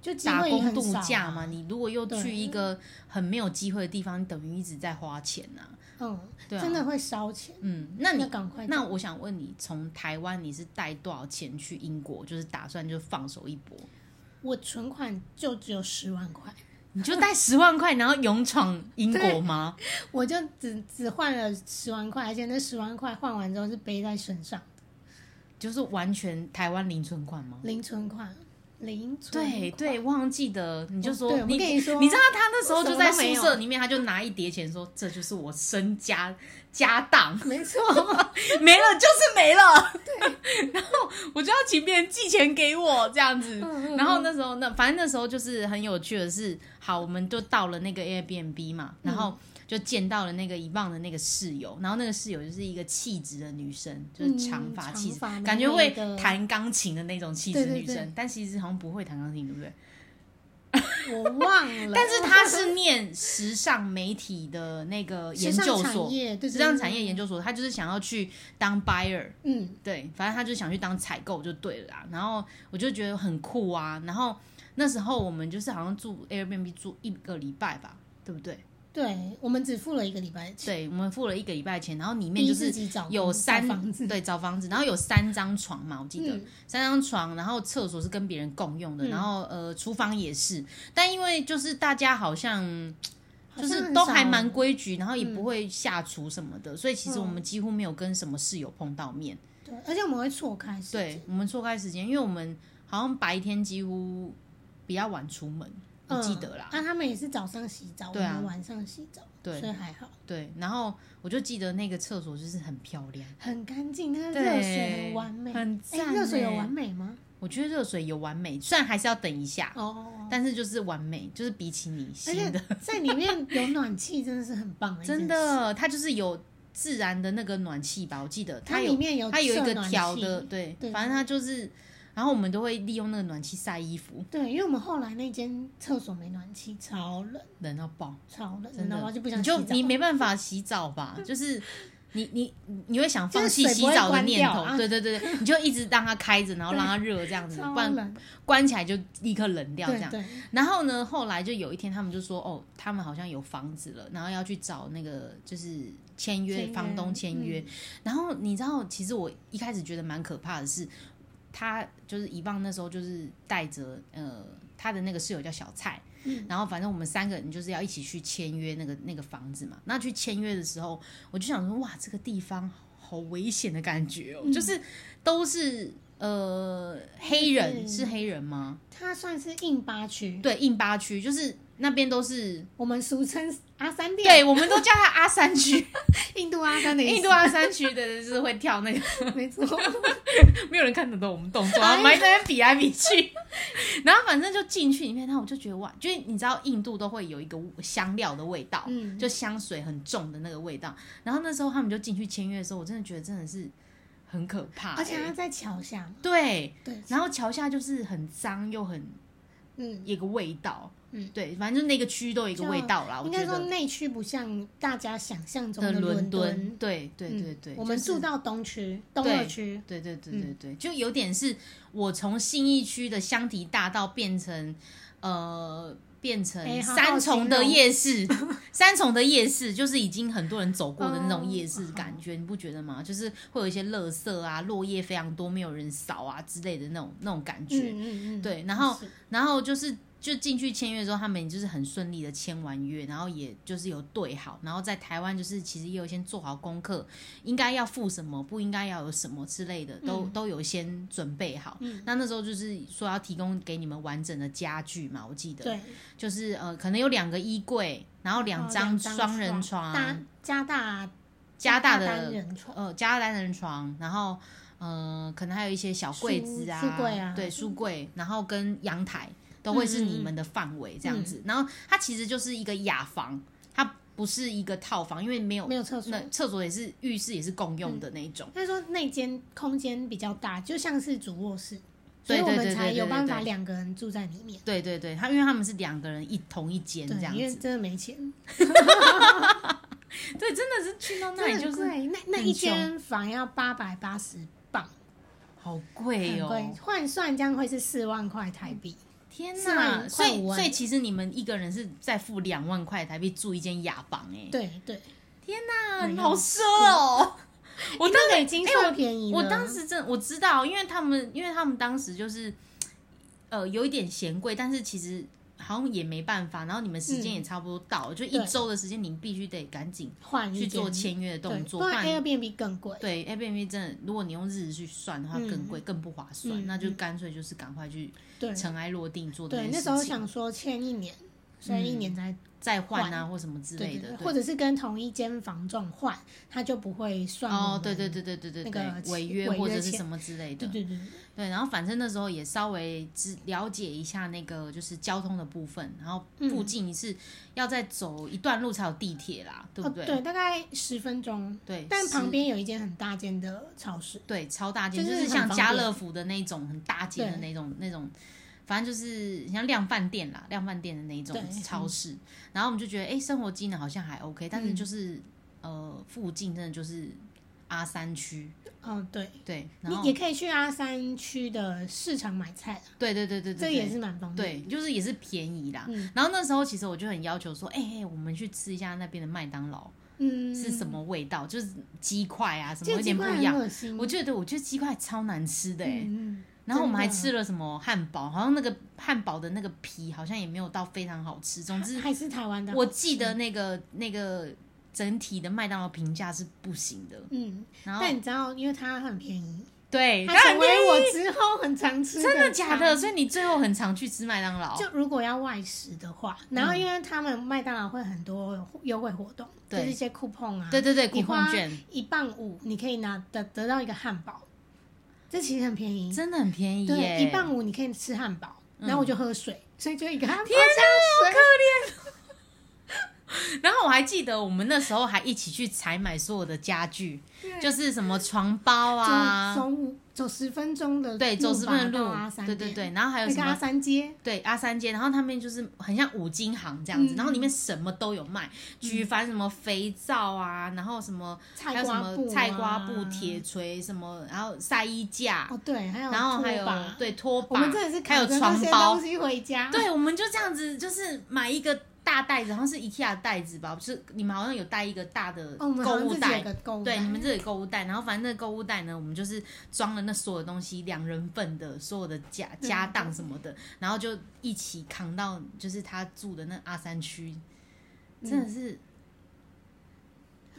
[SPEAKER 2] 就机
[SPEAKER 4] 打
[SPEAKER 2] 会也
[SPEAKER 4] 工
[SPEAKER 2] 很
[SPEAKER 4] 度
[SPEAKER 2] 少
[SPEAKER 4] 假
[SPEAKER 2] 啊
[SPEAKER 4] 嘛，，你如果又
[SPEAKER 2] 对
[SPEAKER 4] 去一个很没有机会的地方，你等于一直在花钱呐、
[SPEAKER 2] 嗯，
[SPEAKER 4] 对啊
[SPEAKER 2] 真的会烧钱，
[SPEAKER 4] 嗯，那
[SPEAKER 2] 要
[SPEAKER 4] 你
[SPEAKER 2] 赶快
[SPEAKER 4] 那
[SPEAKER 2] 找
[SPEAKER 4] 我想问你，从台湾你是带多少钱去英国？就是打算就放手一搏，
[SPEAKER 2] 我存款就只有十万块，
[SPEAKER 4] 你就带十万块，然后勇闯英国
[SPEAKER 2] 对
[SPEAKER 4] 吗？
[SPEAKER 2] 我就只只换了十万块，而且那十万块换完之后是背在身上，
[SPEAKER 4] 就是完全台湾零存款吗？
[SPEAKER 2] 零存款，零存
[SPEAKER 4] 对
[SPEAKER 2] 款
[SPEAKER 4] 对，我好像记得，你就
[SPEAKER 2] 我
[SPEAKER 4] 说
[SPEAKER 2] 哦对我
[SPEAKER 4] 你
[SPEAKER 2] 跟你说
[SPEAKER 4] 你知道他那时候就在
[SPEAKER 2] 我什么都没
[SPEAKER 4] 宿
[SPEAKER 2] 有
[SPEAKER 4] 舍里面，他就拿一叠钱说：“这就是我身家家当。”
[SPEAKER 2] 没错，
[SPEAKER 4] 没了就是没了。对， 然后我就要请别人寄钱给我这样子。
[SPEAKER 2] 嗯嗯
[SPEAKER 4] 然后那时候那反正那时候就是很有趣的是，好，我们就到了那个 Airbnb 嘛，
[SPEAKER 2] 嗯
[SPEAKER 4] 然后就见到了那个遗忘的那个室友，然后那个室友就是一个气质的女生，就是长发
[SPEAKER 2] 嗯
[SPEAKER 4] 气质
[SPEAKER 2] 长发，
[SPEAKER 4] 感觉会
[SPEAKER 2] 美美的
[SPEAKER 4] 弹钢琴的那种气质
[SPEAKER 2] 对对
[SPEAKER 4] 女生
[SPEAKER 2] 对，
[SPEAKER 4] 但其实好像不会弹钢琴，对不对？
[SPEAKER 2] 我忘了， 哦
[SPEAKER 4] 但是她是念时尚媒体的那个研究
[SPEAKER 2] 时尚
[SPEAKER 4] 所
[SPEAKER 2] 产，业，对
[SPEAKER 4] 时尚产业研，究所，她就是想要去当 buyer。
[SPEAKER 2] 对对嗯，
[SPEAKER 4] 对，反正他就想去当采购就对了啦。然后我就觉得很酷啊。然后那时候我们就是好像住 Airbnb 住一个礼拜吧，对不对？
[SPEAKER 2] 对，我们只付了一个礼拜的钱，
[SPEAKER 4] 对，我们付了一个礼拜的钱，然后里面就
[SPEAKER 2] 逼
[SPEAKER 4] 是
[SPEAKER 2] 自己找
[SPEAKER 4] 有三
[SPEAKER 2] 房子，
[SPEAKER 4] 对找房子，然后有三张床嘛，我记得、
[SPEAKER 2] 嗯
[SPEAKER 4] 三张床，然后厕所是跟别人共用的，
[SPEAKER 2] 嗯
[SPEAKER 4] 然后呃厨房也是，但因为就是大家好像。
[SPEAKER 2] 好
[SPEAKER 4] 就
[SPEAKER 2] 像
[SPEAKER 4] 是
[SPEAKER 2] 很
[SPEAKER 4] 都
[SPEAKER 2] 少欸嗯
[SPEAKER 4] 还蛮规矩，然后也不会下厨什么的，所以其实我们几乎没有跟什么室友碰到面。
[SPEAKER 2] 对，而且我们会错开时间，
[SPEAKER 4] 对，我们错开时间，因为我们好像白天几乎比较晚出门，我
[SPEAKER 2] 嗯
[SPEAKER 4] 记得啦。
[SPEAKER 2] 啊，他们也是早上洗澡，我
[SPEAKER 4] 对啊
[SPEAKER 2] 们晚上洗澡，
[SPEAKER 4] 对
[SPEAKER 2] 所以还好，
[SPEAKER 4] 对，然后我就记得那个厕所就是很漂亮，
[SPEAKER 2] 很干净，那个
[SPEAKER 4] 对
[SPEAKER 2] 热水很完美，
[SPEAKER 4] 很
[SPEAKER 2] 哎
[SPEAKER 4] 赞
[SPEAKER 2] 热水有
[SPEAKER 4] 欸
[SPEAKER 2] 完美吗？
[SPEAKER 4] 我觉得热水有完美，虽然还是要等一下，
[SPEAKER 2] 哦，
[SPEAKER 4] 但是就是完美，就是比起你
[SPEAKER 2] 而
[SPEAKER 4] 新
[SPEAKER 2] 且
[SPEAKER 4] 的，
[SPEAKER 2] 在里面有暖气，真的是很棒的一件
[SPEAKER 4] 真
[SPEAKER 2] 事，
[SPEAKER 4] 的，它就是有自然的那个暖气吧，我记得
[SPEAKER 2] 它
[SPEAKER 4] 它
[SPEAKER 2] 里
[SPEAKER 4] 有
[SPEAKER 2] 面有
[SPEAKER 4] 它有一
[SPEAKER 2] 设
[SPEAKER 4] 个
[SPEAKER 2] 暖
[SPEAKER 4] 调
[SPEAKER 2] 气
[SPEAKER 4] 的，，对，
[SPEAKER 2] 对
[SPEAKER 4] 反正它就是，然后我们都会利用那个暖气晒衣服，
[SPEAKER 2] 对，因为我们后来那间厕所没暖气，超冷，
[SPEAKER 4] 冷到爆。
[SPEAKER 2] 超冷，
[SPEAKER 4] 真的
[SPEAKER 2] 然后就不想
[SPEAKER 4] 你
[SPEAKER 2] 洗澡
[SPEAKER 4] 就，你没办法洗澡吧？就是你你你会想放弃
[SPEAKER 2] 就是
[SPEAKER 4] 洗
[SPEAKER 2] 水不会
[SPEAKER 4] 澡的
[SPEAKER 2] 关
[SPEAKER 4] 念
[SPEAKER 2] 掉
[SPEAKER 4] 头，
[SPEAKER 2] 啊
[SPEAKER 4] 对对对，对你就一直让它开着，然后让它热这样子，
[SPEAKER 2] 超
[SPEAKER 4] 不然
[SPEAKER 2] 冷，
[SPEAKER 4] 关起来就立刻冷掉这
[SPEAKER 2] 对
[SPEAKER 4] 样。
[SPEAKER 2] 对，
[SPEAKER 4] 然后呢，后来就有一天他们就说，哦，他们好像有房子了，然后要去找那个就是签约
[SPEAKER 2] 签约
[SPEAKER 4] 房东签约。然后你知道，其实我一开始觉得蛮可怕的是，他就是遗忘那时候就是带着呃他的那个室友叫小蔡，
[SPEAKER 2] 嗯
[SPEAKER 4] 然后反正我们三个人就是要一起去签约那个那个房子嘛。那去签约的时候，我就想说，哇，这个地方好危险的感觉哦，就是都是。呃，黑人
[SPEAKER 2] 就是
[SPEAKER 4] 是黑人吗？
[SPEAKER 2] 它算是印巴区，
[SPEAKER 4] 对，印巴区就是那边 都是，
[SPEAKER 2] 我们俗称阿三店，
[SPEAKER 4] 对我们都叫它阿三区，
[SPEAKER 2] 印度阿三的意
[SPEAKER 4] 印
[SPEAKER 2] 思
[SPEAKER 4] 度阿三区的人就是会跳那个，
[SPEAKER 2] 没 错，
[SPEAKER 4] 没有人看得懂我们动作，然后我们还在那边比来比去， 然后反正就进去里面，然后我就觉得哇，就是你知道印度都会有一个香料的味道，
[SPEAKER 2] 嗯
[SPEAKER 4] 就香水很重的那个味道，然后那时候他们就进去签约的时候，我真的觉得真的是很可怕、
[SPEAKER 2] 而且它
[SPEAKER 4] 欸
[SPEAKER 2] 在桥下，
[SPEAKER 4] 对，
[SPEAKER 2] 对，
[SPEAKER 4] 然后桥下就是很脏又很
[SPEAKER 2] 嗯，
[SPEAKER 4] 一个味道，
[SPEAKER 2] 嗯
[SPEAKER 4] 对，反正就那个区都有一个味道啦。我
[SPEAKER 2] 应
[SPEAKER 4] 觉
[SPEAKER 2] 该说
[SPEAKER 4] 得
[SPEAKER 2] 内区不像大家想象中
[SPEAKER 4] 的
[SPEAKER 2] 的
[SPEAKER 4] 伦
[SPEAKER 2] 敦，
[SPEAKER 4] 对对对
[SPEAKER 2] 嗯
[SPEAKER 4] 对，
[SPEAKER 2] 我们
[SPEAKER 4] 就是
[SPEAKER 2] 住到嗯东区、东
[SPEAKER 4] 对
[SPEAKER 2] 二区，
[SPEAKER 4] 对对对对对，就有点是我从信义区的香堤大道变成呃变
[SPEAKER 2] 哎
[SPEAKER 4] 成
[SPEAKER 2] 好好
[SPEAKER 4] 三重的
[SPEAKER 2] 形容
[SPEAKER 4] 夜市， 三重的夜市就是已经很多人走过的那种
[SPEAKER 2] 哦
[SPEAKER 4] 夜市感觉，你不觉得吗？就是会有一些垃圾啊、落叶非常多，没有人扫啊之类的那种那种感觉。
[SPEAKER 2] 嗯嗯嗯，
[SPEAKER 4] 对然后
[SPEAKER 2] 是
[SPEAKER 4] 然后就是就进去签约之后，他们就是很顺利的签完约，然后也就是有对好，然后在台湾就是其实也有先做好功课，应该要付什么，不应该要有什么之类的，都、
[SPEAKER 2] 嗯
[SPEAKER 4] 都有先准备好。
[SPEAKER 2] 嗯
[SPEAKER 4] 那那时候就是说要提供给你们完整的家具嘛，我记得，
[SPEAKER 2] 对，哦
[SPEAKER 4] 就是呃可能有两个衣柜，然后两张双人床，
[SPEAKER 2] 大加大
[SPEAKER 4] 嗯加大的
[SPEAKER 2] 单人床，
[SPEAKER 4] 呃加单人床，然后呃可能还有一些小柜子啊，
[SPEAKER 2] 书书柜啊嗯
[SPEAKER 4] 对书柜，然后跟阳台都会是你们的范围这样子。然后它其实就是一个雅房，它不是一个套房，因为没有
[SPEAKER 2] 没有厕所嗯
[SPEAKER 4] 那厕所也是浴室也是共用的那一种。
[SPEAKER 2] 他说那间空间比较大，就像是主卧室，所
[SPEAKER 4] 对
[SPEAKER 2] 以我
[SPEAKER 4] 对
[SPEAKER 2] 们
[SPEAKER 4] 对
[SPEAKER 2] 才
[SPEAKER 4] 对
[SPEAKER 2] 有
[SPEAKER 4] 对
[SPEAKER 2] 办
[SPEAKER 4] 对
[SPEAKER 2] 法两个人住在里面。
[SPEAKER 4] 对对对，它因为他们是两个人一同一间这
[SPEAKER 2] 对，
[SPEAKER 4] 样
[SPEAKER 2] 因为
[SPEAKER 4] 子，
[SPEAKER 2] 真的没钱，
[SPEAKER 4] 对，真的是去到那
[SPEAKER 2] 真
[SPEAKER 4] 里
[SPEAKER 2] 的
[SPEAKER 4] 就
[SPEAKER 2] 很
[SPEAKER 4] 是
[SPEAKER 2] 贵。那那
[SPEAKER 4] 很
[SPEAKER 2] 一间房要八百八十磅，
[SPEAKER 4] 好贵
[SPEAKER 2] 很
[SPEAKER 4] 哦、
[SPEAKER 2] 贵，换算将会是四万块台币。
[SPEAKER 4] 天
[SPEAKER 2] 四
[SPEAKER 4] 呐！
[SPEAKER 2] 万
[SPEAKER 4] 所以
[SPEAKER 2] 快五万
[SPEAKER 4] 所以其实你们一个人是再付两万块台币住一间雅房哎、
[SPEAKER 2] 对对，
[SPEAKER 4] 天呐，
[SPEAKER 2] 没有
[SPEAKER 4] 好奢哦！我当
[SPEAKER 2] 那
[SPEAKER 4] 时
[SPEAKER 2] 已经
[SPEAKER 4] 哎
[SPEAKER 2] 算便宜了。
[SPEAKER 4] 我当时真我知道，因为他们因为他们当时就是呃有一点嫌贵，但是其实好像也没办法。然后你们时间也差不多到了，就一
[SPEAKER 2] 嗯对
[SPEAKER 4] 周的时间，你们必须得赶紧
[SPEAKER 2] 换一
[SPEAKER 4] 去做
[SPEAKER 2] 间
[SPEAKER 4] 签约的动作，
[SPEAKER 2] 对不
[SPEAKER 4] 不
[SPEAKER 2] 然
[SPEAKER 4] 然。
[SPEAKER 2] Airbnb 更贵。
[SPEAKER 4] 对 Airbnb 真的，如果你用日去算的话，
[SPEAKER 2] 嗯
[SPEAKER 4] 更贵、更不划算，
[SPEAKER 2] 嗯
[SPEAKER 4] 那就
[SPEAKER 2] 嗯
[SPEAKER 4] 干脆就是赶快去
[SPEAKER 2] 对
[SPEAKER 4] 尘埃落定做这
[SPEAKER 2] 对，
[SPEAKER 4] 件
[SPEAKER 2] 那
[SPEAKER 4] 事
[SPEAKER 2] 时候
[SPEAKER 4] 情，
[SPEAKER 2] 想说签一年，所以一年才
[SPEAKER 4] 再换啊或什么嗯之类
[SPEAKER 2] 对对
[SPEAKER 4] 的，
[SPEAKER 2] 对，或
[SPEAKER 4] 对
[SPEAKER 2] 者是跟同一间房仲换，他就不会算我
[SPEAKER 4] 哦
[SPEAKER 2] 们，
[SPEAKER 4] 对对对对对对
[SPEAKER 2] 那个
[SPEAKER 4] 对，违约
[SPEAKER 2] 违约
[SPEAKER 4] 或者是
[SPEAKER 2] 钱
[SPEAKER 4] 什么之类的，
[SPEAKER 2] 对对对对
[SPEAKER 4] 对，然后反正那时候也稍微知了解一下那个就是交通的部分，然后
[SPEAKER 2] 嗯
[SPEAKER 4] 附近是要再走一段路才有地铁啦，对不对？
[SPEAKER 2] 哦、对，大概十分钟。
[SPEAKER 4] 对
[SPEAKER 2] 但
[SPEAKER 4] 是
[SPEAKER 2] 旁边有一间很大间的超市，
[SPEAKER 4] 对超大间，
[SPEAKER 2] 就
[SPEAKER 4] 就是是
[SPEAKER 2] 很
[SPEAKER 4] 像
[SPEAKER 2] 方
[SPEAKER 4] 家
[SPEAKER 2] 便
[SPEAKER 4] 乐福的那种很大间的
[SPEAKER 2] 对
[SPEAKER 4] 那种那种，反正就是像量贩店啦，量贩店的那种
[SPEAKER 2] 对
[SPEAKER 4] 超市。然后我们就觉得，哎，生活机能好像还 OK，但是
[SPEAKER 2] 嗯
[SPEAKER 4] 就是、呃附近真的就是阿三区，
[SPEAKER 2] 哦，对，
[SPEAKER 4] 对，然
[SPEAKER 2] 你
[SPEAKER 4] 后
[SPEAKER 2] 也可以去阿三区的市场买菜啊，
[SPEAKER 4] 对对对对对，
[SPEAKER 2] 这个
[SPEAKER 4] 对
[SPEAKER 2] 也是蛮方便。
[SPEAKER 4] 对，就是也是便宜啦。
[SPEAKER 2] 嗯
[SPEAKER 4] 然后那时候其实我就很要求说，哎、哎我们去吃一下那边的麦当劳、
[SPEAKER 2] 嗯，
[SPEAKER 4] 是什？么味道，就是鸡块啊什么
[SPEAKER 2] 这
[SPEAKER 4] 有
[SPEAKER 2] 个鸡
[SPEAKER 4] 点不
[SPEAKER 2] 块
[SPEAKER 4] 一
[SPEAKER 2] 很
[SPEAKER 4] 样。
[SPEAKER 2] 恶心，
[SPEAKER 4] 我觉得我觉得鸡块超难吃的哎、
[SPEAKER 2] 嗯，嗯
[SPEAKER 4] 然后我们还
[SPEAKER 2] 真的
[SPEAKER 4] 吃了什么汉堡，好像那个汉堡的那个皮好像也没有到非常好吃。总之，
[SPEAKER 2] 还是台湾的好，
[SPEAKER 4] 我记得那个那个整体的麦当劳评价是不行的。
[SPEAKER 2] 嗯，
[SPEAKER 4] 然后
[SPEAKER 2] 但你知道，因为它很便宜，
[SPEAKER 4] 对，
[SPEAKER 2] 它
[SPEAKER 4] 当然
[SPEAKER 2] 成为我之后很常吃
[SPEAKER 4] 真的假的？
[SPEAKER 2] 餐
[SPEAKER 4] 所以你最后很常去吃麦当劳，
[SPEAKER 2] 就如果要外食的话，然
[SPEAKER 4] 嗯
[SPEAKER 2] 后因为他们麦当劳会很多优惠活动，就
[SPEAKER 4] 对
[SPEAKER 2] 是一些 coupon 啊，
[SPEAKER 4] 对对对，
[SPEAKER 2] 你
[SPEAKER 4] 苦
[SPEAKER 2] 花
[SPEAKER 4] 碰券
[SPEAKER 2] 一磅五，你可以拿得得到一个汉堡，这其实很便宜。
[SPEAKER 4] 真的很便宜耶，
[SPEAKER 2] 对，一磅五你可以吃汉堡，
[SPEAKER 4] 嗯
[SPEAKER 2] 然后我就喝水，所以就一个汉堡
[SPEAKER 4] 天哪
[SPEAKER 2] 加水。
[SPEAKER 4] 然后我还记得我们那时候还一起去采买所有的家具，就是什么床包
[SPEAKER 2] 走
[SPEAKER 4] 啊，
[SPEAKER 2] 走五走十分钟的
[SPEAKER 4] 对，走十分
[SPEAKER 2] 路
[SPEAKER 4] 的路
[SPEAKER 2] 吧到阿，三
[SPEAKER 4] 对
[SPEAKER 2] 店
[SPEAKER 4] 对，对，然后还有
[SPEAKER 2] 那
[SPEAKER 4] 什
[SPEAKER 2] 个阿
[SPEAKER 4] 么？
[SPEAKER 2] 三街，
[SPEAKER 4] 对阿三街，然后他们就是很像五金行这样子，
[SPEAKER 2] 嗯
[SPEAKER 4] 然后里面什么都有卖，举凡什么肥皂啊，然后什么还
[SPEAKER 2] 嗯菜
[SPEAKER 4] 有什
[SPEAKER 2] 瓜
[SPEAKER 4] 么
[SPEAKER 2] 布、啊
[SPEAKER 4] 菜瓜布、铁。锤什么，然后晒衣架，
[SPEAKER 2] 哦，对，还有
[SPEAKER 4] 然后还有
[SPEAKER 2] 拖把，
[SPEAKER 4] 对拖把，
[SPEAKER 2] 我们真的是
[SPEAKER 4] 还有
[SPEAKER 2] 扛着
[SPEAKER 4] 床
[SPEAKER 2] 这些
[SPEAKER 4] 包
[SPEAKER 2] 东，西回家。
[SPEAKER 4] 对，我们就这样子，就是买一个大袋子，好像是 IKEA 袋子吧，就是你们好像有带一个大的
[SPEAKER 2] 哦，我们
[SPEAKER 4] 购
[SPEAKER 2] 好像
[SPEAKER 4] 物
[SPEAKER 2] 自己
[SPEAKER 4] 袋
[SPEAKER 2] 有，个购物袋，
[SPEAKER 4] 对，你们这里购物袋，然后反正那个购物袋呢，我们就是装了那所有东西，两人份的所有的家家当什么
[SPEAKER 2] 嗯
[SPEAKER 4] 的，然后就一起扛到就是他住的那阿三区，
[SPEAKER 2] 嗯
[SPEAKER 4] 真的是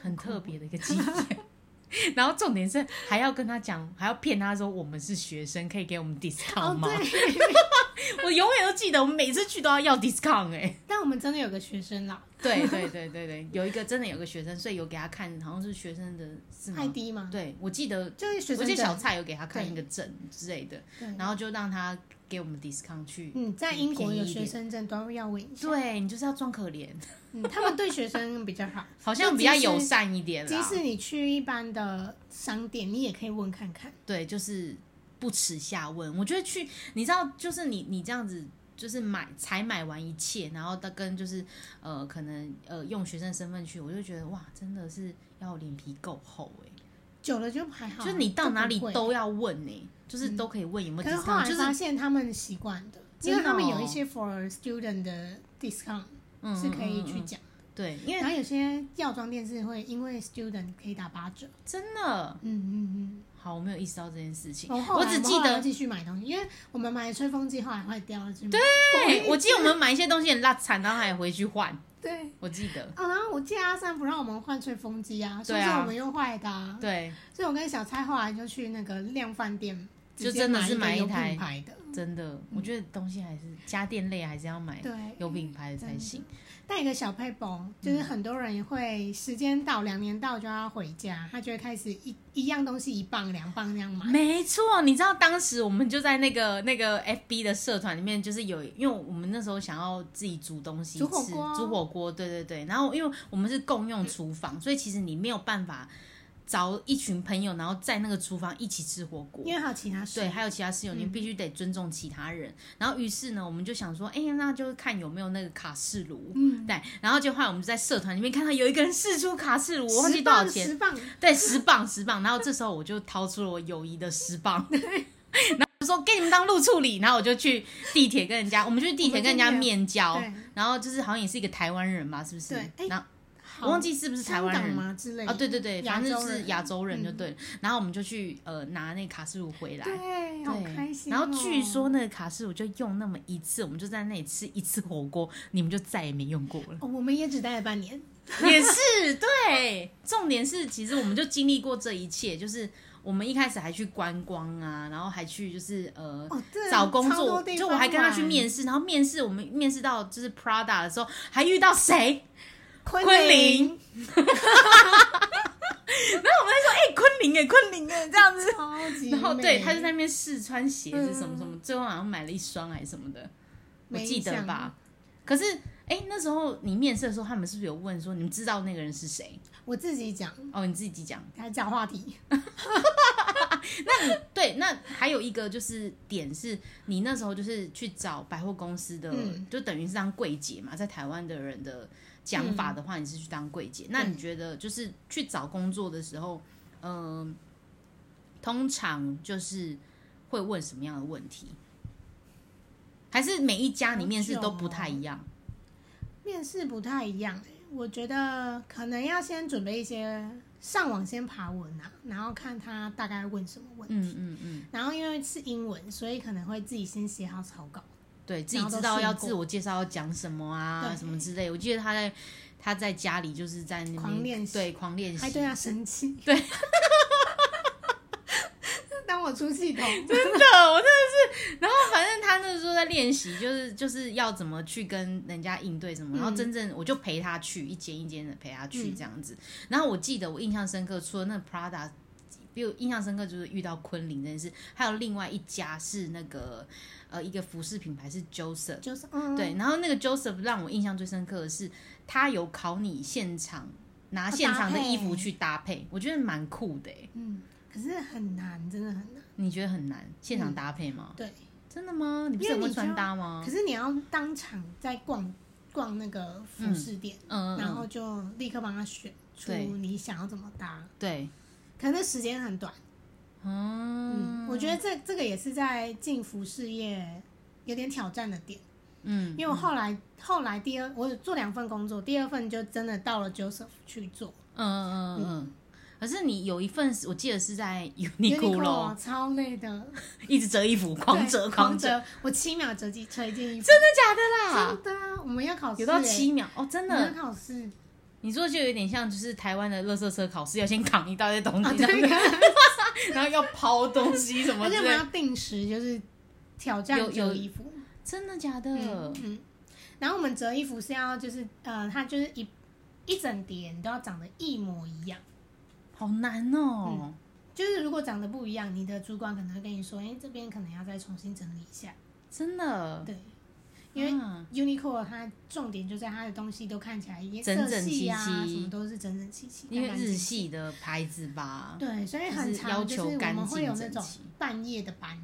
[SPEAKER 4] 很特别的一个经验。 然后重点是还要跟他讲，还要骗他说我们是学生，可以给我们 discount
[SPEAKER 2] 哦
[SPEAKER 4] 吗？
[SPEAKER 2] 对，
[SPEAKER 4] 我永远都记得，我们每次去都要要 discount 哎、
[SPEAKER 2] 但我们真的有个学生啦，
[SPEAKER 4] 对对对对对，有一个真的有个学生，所以有给他看，好像是学生的是吗
[SPEAKER 2] 太？低嘛，
[SPEAKER 4] 对，我记得
[SPEAKER 2] 就是学
[SPEAKER 4] 我
[SPEAKER 2] 生
[SPEAKER 4] 记得小
[SPEAKER 2] 证。
[SPEAKER 4] 蔡有给他看一个证之类的，
[SPEAKER 2] 对
[SPEAKER 4] 然后就让他给我们 discount 去。
[SPEAKER 2] 嗯，在英国
[SPEAKER 4] 便宜
[SPEAKER 2] 有
[SPEAKER 4] 一
[SPEAKER 2] 学
[SPEAKER 4] 点
[SPEAKER 2] 生证都要问一下，
[SPEAKER 4] 对你就是要装可怜，
[SPEAKER 2] 嗯，他们对学生比较好，
[SPEAKER 4] 好像
[SPEAKER 2] 就
[SPEAKER 4] 比
[SPEAKER 2] 即
[SPEAKER 4] 较
[SPEAKER 2] 使
[SPEAKER 4] 友善一点
[SPEAKER 2] 即
[SPEAKER 4] 啦。
[SPEAKER 2] 使你去一般的商店，你也可以问看看。
[SPEAKER 4] 对，就是不耻下问。我觉得去，你知道，就是你你这样子就是买才买完一切，然后他跟就是呃可能呃用学生身份去，我就觉得哇，真的是要脸皮够厚哎、
[SPEAKER 2] 久了就还好，啊
[SPEAKER 4] 就是你到哪里
[SPEAKER 2] 哦就不会嗯
[SPEAKER 4] 都要问呢、就是都可以问有没有
[SPEAKER 2] 可是后
[SPEAKER 4] discount，
[SPEAKER 2] 来
[SPEAKER 4] 就是
[SPEAKER 2] 发现他们习惯的，
[SPEAKER 4] 真的
[SPEAKER 2] 因为他们
[SPEAKER 4] 哦
[SPEAKER 2] 有一些 for student 的 discount
[SPEAKER 4] 嗯
[SPEAKER 2] 是可以去
[SPEAKER 4] 嗯嗯嗯
[SPEAKER 2] 讲，
[SPEAKER 4] 对，因
[SPEAKER 2] 然
[SPEAKER 4] 为
[SPEAKER 2] 后有些药妆店是会因为 student 可以打八折。
[SPEAKER 4] 真的
[SPEAKER 2] 嗯嗯
[SPEAKER 4] 好，我没有意识到这件事情，
[SPEAKER 2] 嗯，我后
[SPEAKER 4] 我
[SPEAKER 2] 来
[SPEAKER 4] 只
[SPEAKER 2] 们
[SPEAKER 4] 记
[SPEAKER 2] 后来
[SPEAKER 4] 得
[SPEAKER 2] 要继续买东西，因为我们买的吹风机后来坏掉了，对
[SPEAKER 4] 对，我记得我们买一些东西很烂惨，然后还回去换，
[SPEAKER 2] 对。
[SPEAKER 4] 我记得。
[SPEAKER 2] 哦，然后我记得阿三不让我们换吹风机啊，所
[SPEAKER 4] 对
[SPEAKER 2] 以
[SPEAKER 4] 啊
[SPEAKER 2] 说我们用坏的啊。
[SPEAKER 4] 对，
[SPEAKER 2] 所以我跟小蔡后来就去那个量贩店，
[SPEAKER 4] 就真的是买
[SPEAKER 2] 一
[SPEAKER 4] 一
[SPEAKER 2] 个有
[SPEAKER 4] 台
[SPEAKER 2] 品牌的。
[SPEAKER 4] 真的，我觉得东西还是家电类还是要买
[SPEAKER 2] 对，
[SPEAKER 4] 有品牌的才行。
[SPEAKER 2] 带一个小配包，
[SPEAKER 4] 嗯
[SPEAKER 2] 就是很多人也会时间到两年到就要回家，他就会开始一一样东西一磅两磅这样买。
[SPEAKER 4] 没错，你知道当时我们就在那个那个 FB 的社团里面，就是有，因为我们那时候想要自己煮东西吃，
[SPEAKER 2] 煮火锅啊
[SPEAKER 4] 煮火锅，对对对。然后因为我们是共用厨房，所以其实你没有办法找一群朋友，然后在那个厨房一起吃火锅，
[SPEAKER 2] 因为还有嗯其他事
[SPEAKER 4] 对，，还有其他室友，你必须得尊重其他人。然后于是呢，我们就想说，哎、那就看有没有那个卡式炉。
[SPEAKER 2] 嗯，
[SPEAKER 4] 对，然后就后来我们在社团里面看到有一个人试出卡式炉，我忘记
[SPEAKER 2] 十
[SPEAKER 4] 多少
[SPEAKER 2] 磅
[SPEAKER 4] 钱
[SPEAKER 2] 十，磅，
[SPEAKER 4] 对，十磅十磅。然后这时候我就掏出了我友谊的十磅， 然后我说给你们当路处理，然后我就去地铁跟人家，我们就去地铁跟人家
[SPEAKER 2] 我们去
[SPEAKER 4] 面交
[SPEAKER 2] 对，
[SPEAKER 4] 然后就是好像也是一个台湾人吧，是不是
[SPEAKER 2] 对？哎
[SPEAKER 4] 然后
[SPEAKER 2] 好
[SPEAKER 4] 我忘记是不是台
[SPEAKER 2] 香
[SPEAKER 4] 湾
[SPEAKER 2] 港
[SPEAKER 4] 人。
[SPEAKER 2] 吗之类的
[SPEAKER 4] 啊，对对对，
[SPEAKER 2] 亚
[SPEAKER 4] 反
[SPEAKER 2] 洲
[SPEAKER 4] 正
[SPEAKER 2] 人嗯
[SPEAKER 4] 是亚洲人就对了。然后我们就去呃拿那个卡式炉回来，
[SPEAKER 2] 对，好
[SPEAKER 4] 对
[SPEAKER 2] 开心哦。
[SPEAKER 4] 然后据说那个卡式炉就用那么一次，我们就在那里吃一次火锅，你们就再也没用过了。
[SPEAKER 2] 哦，我们也只待了半年，
[SPEAKER 4] 也是对，重点是其实我们就经历过这一切，就是我们一开始还去观光啊，然后还去就是呃。
[SPEAKER 2] 哦，对，
[SPEAKER 4] 找工
[SPEAKER 2] 超
[SPEAKER 4] 作
[SPEAKER 2] 多，地
[SPEAKER 4] 就
[SPEAKER 2] 方
[SPEAKER 4] 我还跟他去
[SPEAKER 2] 玩
[SPEAKER 4] 面试，然后面试我们面试到就是 Prada 的时候，还遇到谁？
[SPEAKER 2] 昆
[SPEAKER 4] 昆
[SPEAKER 2] 凌
[SPEAKER 4] 凌，哎、昆凌哎、昆凌哎、这样子。
[SPEAKER 2] 超级美，
[SPEAKER 4] 然后对，他就在那边试穿鞋子什么什么，最后好像买了一双还是什么的，
[SPEAKER 2] 嗯
[SPEAKER 4] 我
[SPEAKER 2] 没
[SPEAKER 4] 记
[SPEAKER 2] 印
[SPEAKER 4] 得
[SPEAKER 2] 象
[SPEAKER 4] 吧？可是哎、那时候你面试的时候，他们是不是有问说你们知道那个人是谁？
[SPEAKER 2] 我自己讲，
[SPEAKER 4] 哦，你自己讲。
[SPEAKER 2] 还讲话题，
[SPEAKER 4] 对，那还有一个就是点是，你那时候就是去找百货公司的，
[SPEAKER 2] 嗯
[SPEAKER 4] 就等于是当柜姐嘛，在台湾的人的讲法的话，你是去当柜
[SPEAKER 2] 嗯
[SPEAKER 4] 姐。那你觉得就是去找工作的时候，嗯、通常就是会问什么样的问题？还是每一家你面试都不太一样？
[SPEAKER 2] 哦面试不太一样欸、我觉得可能要先准备一些上网先爬文啊，然后看他大概问什么问题。
[SPEAKER 4] 嗯嗯嗯，
[SPEAKER 2] 然后因为是英文，所以可能会自己先写好草稿。
[SPEAKER 4] 对自己
[SPEAKER 2] 然后
[SPEAKER 4] 知
[SPEAKER 2] 都
[SPEAKER 4] 道
[SPEAKER 2] 顺
[SPEAKER 4] 要
[SPEAKER 2] 过
[SPEAKER 4] 自我介绍要讲什么啊，
[SPEAKER 2] 对
[SPEAKER 4] 什么之类。我记得他在他在家里就是在那边
[SPEAKER 2] 狂练习哎
[SPEAKER 4] 对狂练习，
[SPEAKER 2] 还对啊他生气，
[SPEAKER 4] 对，
[SPEAKER 2] 当我出气筒，
[SPEAKER 4] 真的，我真的是。然后反正他那时候在练习，就是就是要怎么去跟人家应对什
[SPEAKER 2] 嗯
[SPEAKER 4] 么。然后真正我就陪他去一间一间的陪他去这样子。然后我记得我印象深刻，除了那个 Prada，比我印象深刻就是遇到昆凌这件事，还有另外一家是那个呃一个服饰品牌是 Joseph。
[SPEAKER 2] 就是嗯，
[SPEAKER 4] 对，然后那个 Joseph 让我印象最深刻的是，他有考你现场拿
[SPEAKER 2] 哦
[SPEAKER 4] 现
[SPEAKER 2] 搭
[SPEAKER 4] 场的
[SPEAKER 2] 配
[SPEAKER 4] 衣服去搭配，我觉得蛮酷的欸。
[SPEAKER 2] 嗯，可是很难，真的很难。嗯
[SPEAKER 4] 你觉得很难现场搭配吗？嗯
[SPEAKER 2] 对，
[SPEAKER 4] 真的吗？你不是
[SPEAKER 2] 因为
[SPEAKER 4] 很会
[SPEAKER 2] 你就
[SPEAKER 4] 穿搭吗
[SPEAKER 2] 可？是你要当场在逛逛那个服饰店，
[SPEAKER 4] 嗯，嗯
[SPEAKER 2] 然后
[SPEAKER 4] 嗯
[SPEAKER 2] 就立刻帮他选出
[SPEAKER 4] 对
[SPEAKER 2] 你想要怎么搭，
[SPEAKER 4] 对，
[SPEAKER 2] 可能时间很短。
[SPEAKER 4] 嗯，
[SPEAKER 2] 嗯，我觉得这这个也是在进服饰业有点挑战的点，
[SPEAKER 4] 嗯，
[SPEAKER 2] 因为我后来后来第二我有做两份工作，第二份就真的到了 Joseph 去做
[SPEAKER 4] 嗯嗯嗯嗯。可是你有一份是，我记得是在
[SPEAKER 2] Uniqlo
[SPEAKER 4] Uniqlo
[SPEAKER 2] 超累的，
[SPEAKER 4] 一直折衣服，狂折
[SPEAKER 2] 对
[SPEAKER 4] 狂
[SPEAKER 2] 狂
[SPEAKER 4] 折，真的，
[SPEAKER 2] 我七秒折几折一件衣服，
[SPEAKER 4] 假的啦？
[SPEAKER 2] 真的啊，我们要考试、
[SPEAKER 4] 有到，七秒哦，真
[SPEAKER 2] 我们
[SPEAKER 4] 的。
[SPEAKER 2] 要考试，
[SPEAKER 4] 你说就有点像，就是台湾的垃圾车考试，要先扛一大堆东
[SPEAKER 2] 啊
[SPEAKER 4] 西，
[SPEAKER 2] 对，
[SPEAKER 4] 然后要抛东西什么
[SPEAKER 2] 而且
[SPEAKER 4] 之
[SPEAKER 2] 我们
[SPEAKER 4] 类
[SPEAKER 2] 要。 定时就是挑战
[SPEAKER 4] 有有
[SPEAKER 2] 折衣服，
[SPEAKER 4] 真的假的？
[SPEAKER 2] 嗯嗯，然后我们折衣服是要就是呃，它就是一一整叠你都要长得一模一样。
[SPEAKER 4] 好难哦。
[SPEAKER 2] 嗯就是如果长得不一样，你的主管可能会跟你说，哎、这边可能要再重新整理一下。
[SPEAKER 4] 真的，
[SPEAKER 2] 对，因为
[SPEAKER 4] 啊
[SPEAKER 2] Uniqlo 它重点就在它的东西都看起来颜色
[SPEAKER 4] 整整
[SPEAKER 2] 系啊，
[SPEAKER 4] 齐齐
[SPEAKER 2] 什么都是整整齐齐，
[SPEAKER 4] 因为
[SPEAKER 2] 干干净净。
[SPEAKER 4] 日系的牌子吧，
[SPEAKER 2] 对，所以很
[SPEAKER 4] 就是要
[SPEAKER 2] 常
[SPEAKER 4] 求
[SPEAKER 2] 就是我
[SPEAKER 4] 干
[SPEAKER 2] 们
[SPEAKER 4] 净
[SPEAKER 2] 会有那
[SPEAKER 4] 整
[SPEAKER 2] 种
[SPEAKER 4] 齐
[SPEAKER 2] 半夜的班，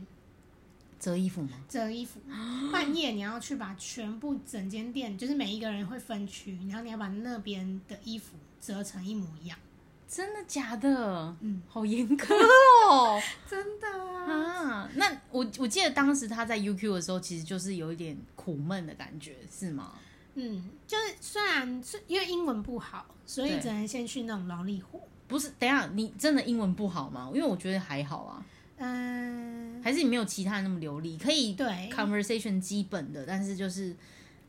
[SPEAKER 1] 折衣服吗？
[SPEAKER 2] 折衣服，半夜你要去把全部整间店，就是每一个人会分区，然后你要把那边的衣服折成一模一样。
[SPEAKER 4] 真的假的？
[SPEAKER 2] 嗯，
[SPEAKER 4] 好严苛哦。
[SPEAKER 2] 真的啊，
[SPEAKER 4] 啊，那我我记得当时他在 UQ 的时候，其实就是有一点苦闷的感觉，是吗？
[SPEAKER 2] 嗯，就是虽然是因为英文不好，所以
[SPEAKER 4] 对
[SPEAKER 2] 只能先去那种劳力活。
[SPEAKER 4] 不是，等一下你真的英文不好吗？因为我觉得还好啊，
[SPEAKER 2] 嗯，
[SPEAKER 4] 还是你没有其他人那么流利，可以
[SPEAKER 2] 对
[SPEAKER 4] conversation 基本的，但是就是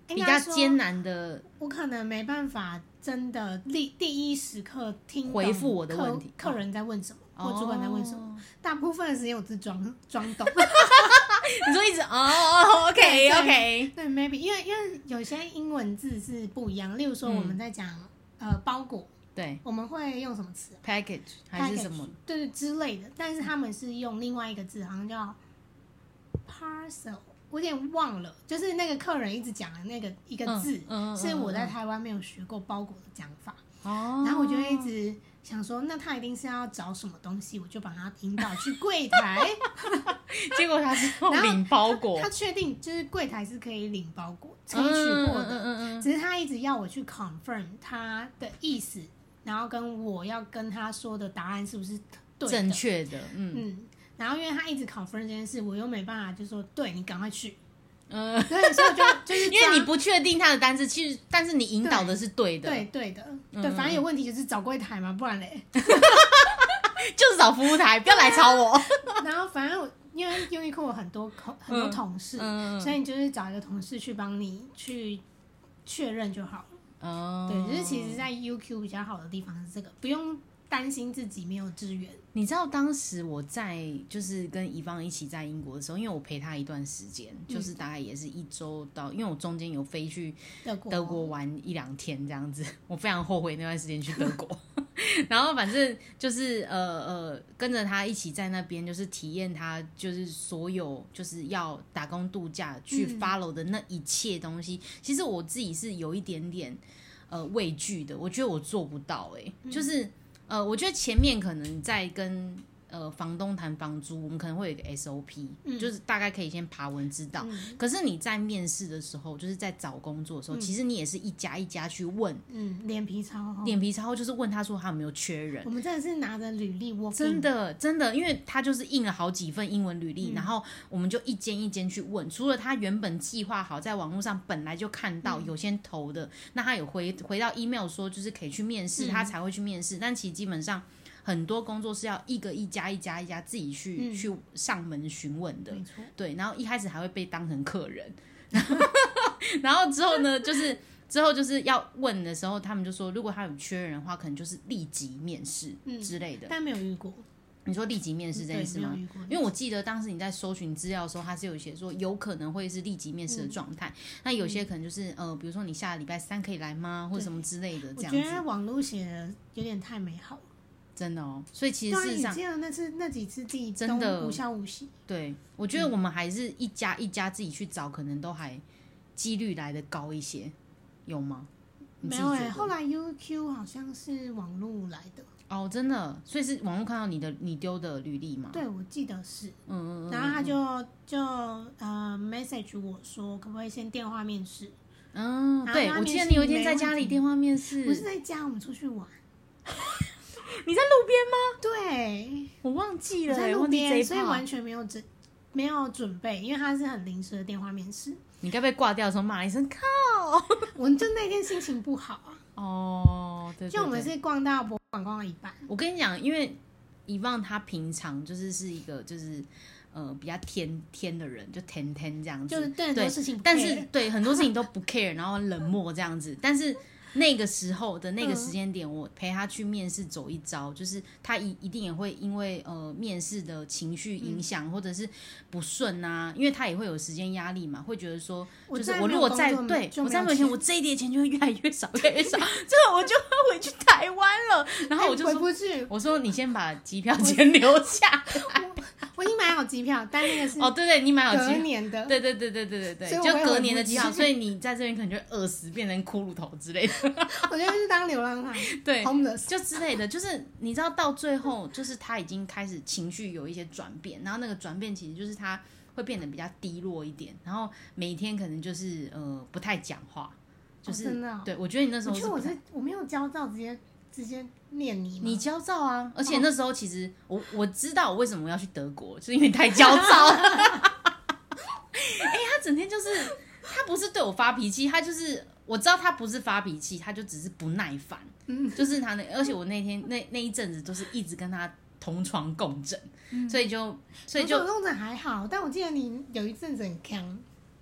[SPEAKER 4] 比
[SPEAKER 2] 应
[SPEAKER 4] 较
[SPEAKER 2] 该说
[SPEAKER 4] 艰难的
[SPEAKER 2] 我可能没办法真的第第一时刻听懂
[SPEAKER 4] 回复我的问题
[SPEAKER 2] 客客人在问哦什么，或主管在问什么。
[SPEAKER 4] 么？
[SPEAKER 2] 大部分的时间我是装装懂。
[SPEAKER 4] 你说一直哦哦，OK
[SPEAKER 2] 对
[SPEAKER 4] OK，
[SPEAKER 2] 对，maybe 因为因为有些英文字是不一样，例如说
[SPEAKER 4] 嗯
[SPEAKER 2] 我们在讲、呃包裹，
[SPEAKER 4] 对
[SPEAKER 2] 我们会用什么词？
[SPEAKER 4] ，package 还是什么？
[SPEAKER 2] package，对对之类的，但是他们是用另外一个字，好像叫 parcel，我有点忘了，就是那个客人一直讲的那个一个字，
[SPEAKER 4] 嗯嗯嗯
[SPEAKER 2] 是我在台湾没有学过包裹的讲法，
[SPEAKER 4] 哦，
[SPEAKER 2] 然后我就一直想说，那他一定是要找什么东西，我就把他引导去柜 台，
[SPEAKER 4] 结果他是要
[SPEAKER 2] 然后
[SPEAKER 4] 领包裹，
[SPEAKER 2] 他确定就是柜台是可以领包裹，可以取货的，
[SPEAKER 4] 嗯嗯嗯嗯
[SPEAKER 2] 只是他一直要我去 confirm 他的意思，然后跟我要跟他说的答案是不是对的。
[SPEAKER 4] 正确的，嗯
[SPEAKER 2] 嗯，然后因为他一直 confirm 这件事，我又没办法就说对你赶快去，
[SPEAKER 4] 嗯。
[SPEAKER 2] 对，所以我就 就是
[SPEAKER 4] 因为你
[SPEAKER 2] 抓
[SPEAKER 4] 不确定他的单词，其实但是你引导的是对的，
[SPEAKER 2] 对对的，
[SPEAKER 4] 嗯
[SPEAKER 2] 对，反正有问题就是找柜台嘛，不然 嘞。
[SPEAKER 4] 就是找服务台，不要来吵我。
[SPEAKER 2] 然后反正我因为优衣库有很多口很多同事，
[SPEAKER 4] 嗯嗯
[SPEAKER 2] 所以你就是找一个同事去帮你去确认就好了。
[SPEAKER 4] 哦
[SPEAKER 2] 对，就是其实在 UQ 比较好的地方是这个，不用担心自己没有资源。
[SPEAKER 4] 你知道当时我在就是跟乙方一起在英国的时候，因为我陪他一段时间，就是大概也是一周到，因为我中间有飞去
[SPEAKER 2] 德国，
[SPEAKER 4] 德国玩一两天这样子， 我非常后悔那段时间去德国。 然后反正就是呃呃，跟着他一起在那边，就是体验他就是所有就是要打工度假去
[SPEAKER 2] 嗯
[SPEAKER 4] follow 的那一切东西。其实我自己是有一点点呃畏惧的，我觉得我做不到哎、就是呃，我觉得前面可能在跟呃房东谈房租，我们可能会有一个 SOP，、
[SPEAKER 2] 嗯
[SPEAKER 4] 就是大概可以先爬文知道。
[SPEAKER 2] 嗯
[SPEAKER 4] 可是你在面试的时候，就是在找工作的时候，
[SPEAKER 2] 嗯
[SPEAKER 4] 其实你也是一家一家去问，
[SPEAKER 2] 嗯，脸皮超厚。
[SPEAKER 4] 脸皮超厚，就是问他说他有没有缺人
[SPEAKER 2] 我。们真的是拿着履历 w
[SPEAKER 4] 真的，真的，因为他就是印了好几份英文履历，
[SPEAKER 2] 嗯
[SPEAKER 4] 然后我们就一间一间去问。除了他原本计划好在网络上本来就看到
[SPEAKER 2] 嗯
[SPEAKER 4] 有先投的，那他有回回到 email 说就是可以去面试，
[SPEAKER 2] 嗯
[SPEAKER 4] 他才会去面试。但其实基本上很多工作是要一个一家一家一家自己去、
[SPEAKER 2] 嗯
[SPEAKER 4] 去上门询问的。
[SPEAKER 2] 没错，
[SPEAKER 4] 对，然后一开始还会被当成客人， 然后之后呢，就是之后就是要问的时候，他们就说，如果他有缺人的话，可能就是立即面试
[SPEAKER 2] 嗯
[SPEAKER 4] 之类的。
[SPEAKER 2] 但没有遇过，
[SPEAKER 4] 你说立即面试这件
[SPEAKER 2] 对
[SPEAKER 4] 事
[SPEAKER 2] 没有
[SPEAKER 4] 吗？
[SPEAKER 2] 遇过，
[SPEAKER 4] 因为我记得当时你在搜寻资料的时候，它是有写说有可能会是立即面试的状
[SPEAKER 2] 嗯
[SPEAKER 4] 态，那有些可能就是呃，比如说你下礼拜三可以来吗，或
[SPEAKER 2] 对
[SPEAKER 4] 什么之类的这
[SPEAKER 2] 我
[SPEAKER 4] 样
[SPEAKER 2] 觉得
[SPEAKER 4] 子，
[SPEAKER 2] 网络写的有点太美好了。
[SPEAKER 4] 真的哦。所以其
[SPEAKER 2] 对啊，
[SPEAKER 4] 实事实
[SPEAKER 2] 你
[SPEAKER 4] 上，
[SPEAKER 2] 记得那次那几次地
[SPEAKER 4] 真的
[SPEAKER 2] 无消无息，
[SPEAKER 4] 对我觉得我们还是一家一家自己去找，可能都还几率来的高一些，有吗？你自
[SPEAKER 2] 没
[SPEAKER 4] 己
[SPEAKER 2] 有
[SPEAKER 4] 觉
[SPEAKER 2] 哎、
[SPEAKER 4] 得
[SPEAKER 2] 后来 UQ 好像是网络来的，
[SPEAKER 4] 哦，真的，所以是网络看到你的你丢的履历嘛？
[SPEAKER 2] 对我记得是，
[SPEAKER 4] 嗯，嗯嗯
[SPEAKER 2] 然后他就就呃 message 我说可不可以先电话面试，
[SPEAKER 4] 嗯，
[SPEAKER 2] 然后
[SPEAKER 4] 对，
[SPEAKER 2] 他
[SPEAKER 4] 我
[SPEAKER 2] 面
[SPEAKER 4] 记得
[SPEAKER 2] 试
[SPEAKER 4] 你有一
[SPEAKER 2] 啊没
[SPEAKER 4] 天在
[SPEAKER 2] 问
[SPEAKER 4] 家里
[SPEAKER 2] 题
[SPEAKER 4] 电话面试，
[SPEAKER 2] 不是在家，我们出去玩，
[SPEAKER 4] 你在路边吗？
[SPEAKER 2] 对，
[SPEAKER 4] 我忘记
[SPEAKER 2] 我
[SPEAKER 4] 了、
[SPEAKER 2] 在
[SPEAKER 4] 欸，
[SPEAKER 2] 路
[SPEAKER 4] 忘记这
[SPEAKER 2] 边，
[SPEAKER 4] 一
[SPEAKER 2] 所以
[SPEAKER 4] part
[SPEAKER 2] 完全没有准没有准备，因为他是很临时的电话面试，
[SPEAKER 4] 你该不会挂掉的时候骂一声靠？
[SPEAKER 2] 我就那天心情不好啊，
[SPEAKER 4] 哦，对对
[SPEAKER 2] 就我们
[SPEAKER 4] 对
[SPEAKER 2] 是逛到博物馆逛到一半，
[SPEAKER 4] 我跟你讲，因为以旺他平常就是是一个就是呃比较天天的人，就天天这样子，
[SPEAKER 2] 就是对很多事情不
[SPEAKER 4] 但是
[SPEAKER 2] care
[SPEAKER 4] 对很多事情都不 care，然后冷漠这样子。但是那个时候的那个时间点，我陪他去面试走一遭，就是他一一定也会因为呃面试的情绪影响，或者是不顺啊，因为他也会有时间压力嘛，会觉得说，
[SPEAKER 2] 我
[SPEAKER 4] 就是
[SPEAKER 2] 再
[SPEAKER 4] 我
[SPEAKER 2] 没有
[SPEAKER 4] 如果
[SPEAKER 2] 工
[SPEAKER 4] 再
[SPEAKER 2] 作
[SPEAKER 4] 对
[SPEAKER 2] 就
[SPEAKER 4] 我
[SPEAKER 2] 没
[SPEAKER 4] 再
[SPEAKER 2] 有
[SPEAKER 4] 没有钱，
[SPEAKER 2] 钱
[SPEAKER 4] 我这一点钱就会越来越少，越 来越少，最后我就会回去台湾了。然后我就
[SPEAKER 2] 哎回
[SPEAKER 4] 说。
[SPEAKER 2] 不去，
[SPEAKER 4] 我说你先把机票钱留下，
[SPEAKER 2] 我已经买好机票，但那个是
[SPEAKER 4] 哦，对对，你买好
[SPEAKER 2] 隔
[SPEAKER 4] 机票。
[SPEAKER 2] 年的，
[SPEAKER 4] 对对对对对对对，
[SPEAKER 2] 所以我
[SPEAKER 4] 就
[SPEAKER 2] 会
[SPEAKER 4] 隔
[SPEAKER 2] 很
[SPEAKER 4] 年的
[SPEAKER 2] 不
[SPEAKER 4] 机票，
[SPEAKER 2] 值
[SPEAKER 4] 所以你在这边可能就会饿死，变成骷髅头之类的，
[SPEAKER 2] 我觉得是当流浪 汉
[SPEAKER 4] 对，
[SPEAKER 2] homeless，
[SPEAKER 4] 就之类的，就是你知道到最后，就是他已经开始情绪有一些转变，然后那个转变其实就是他会变得比较低落一点，然后每天可能就是呃不太讲话，就是、
[SPEAKER 2] 哦真的哦
[SPEAKER 4] 对我觉得你那时
[SPEAKER 2] 我
[SPEAKER 4] 候
[SPEAKER 2] 觉得
[SPEAKER 4] 是不
[SPEAKER 2] 我
[SPEAKER 4] 太
[SPEAKER 2] 是我没有焦躁，直接直接念你吗，
[SPEAKER 4] 你焦躁啊，而
[SPEAKER 2] 哦
[SPEAKER 4] 且那时候其实我我知道我为什么要去德国，就是因为你太焦躁了。 哎、他整天就是他不是对我发脾气，他就是我知道他不是发脾气，他就只是不耐烦。
[SPEAKER 2] 嗯
[SPEAKER 4] 就是他那，而且我那天那那一阵子都是一直跟他同床共枕，所以就所
[SPEAKER 2] 嗯
[SPEAKER 4] 以
[SPEAKER 2] 我觉得
[SPEAKER 4] 就
[SPEAKER 2] 我弄着还好，但我记得你有一阵子很强，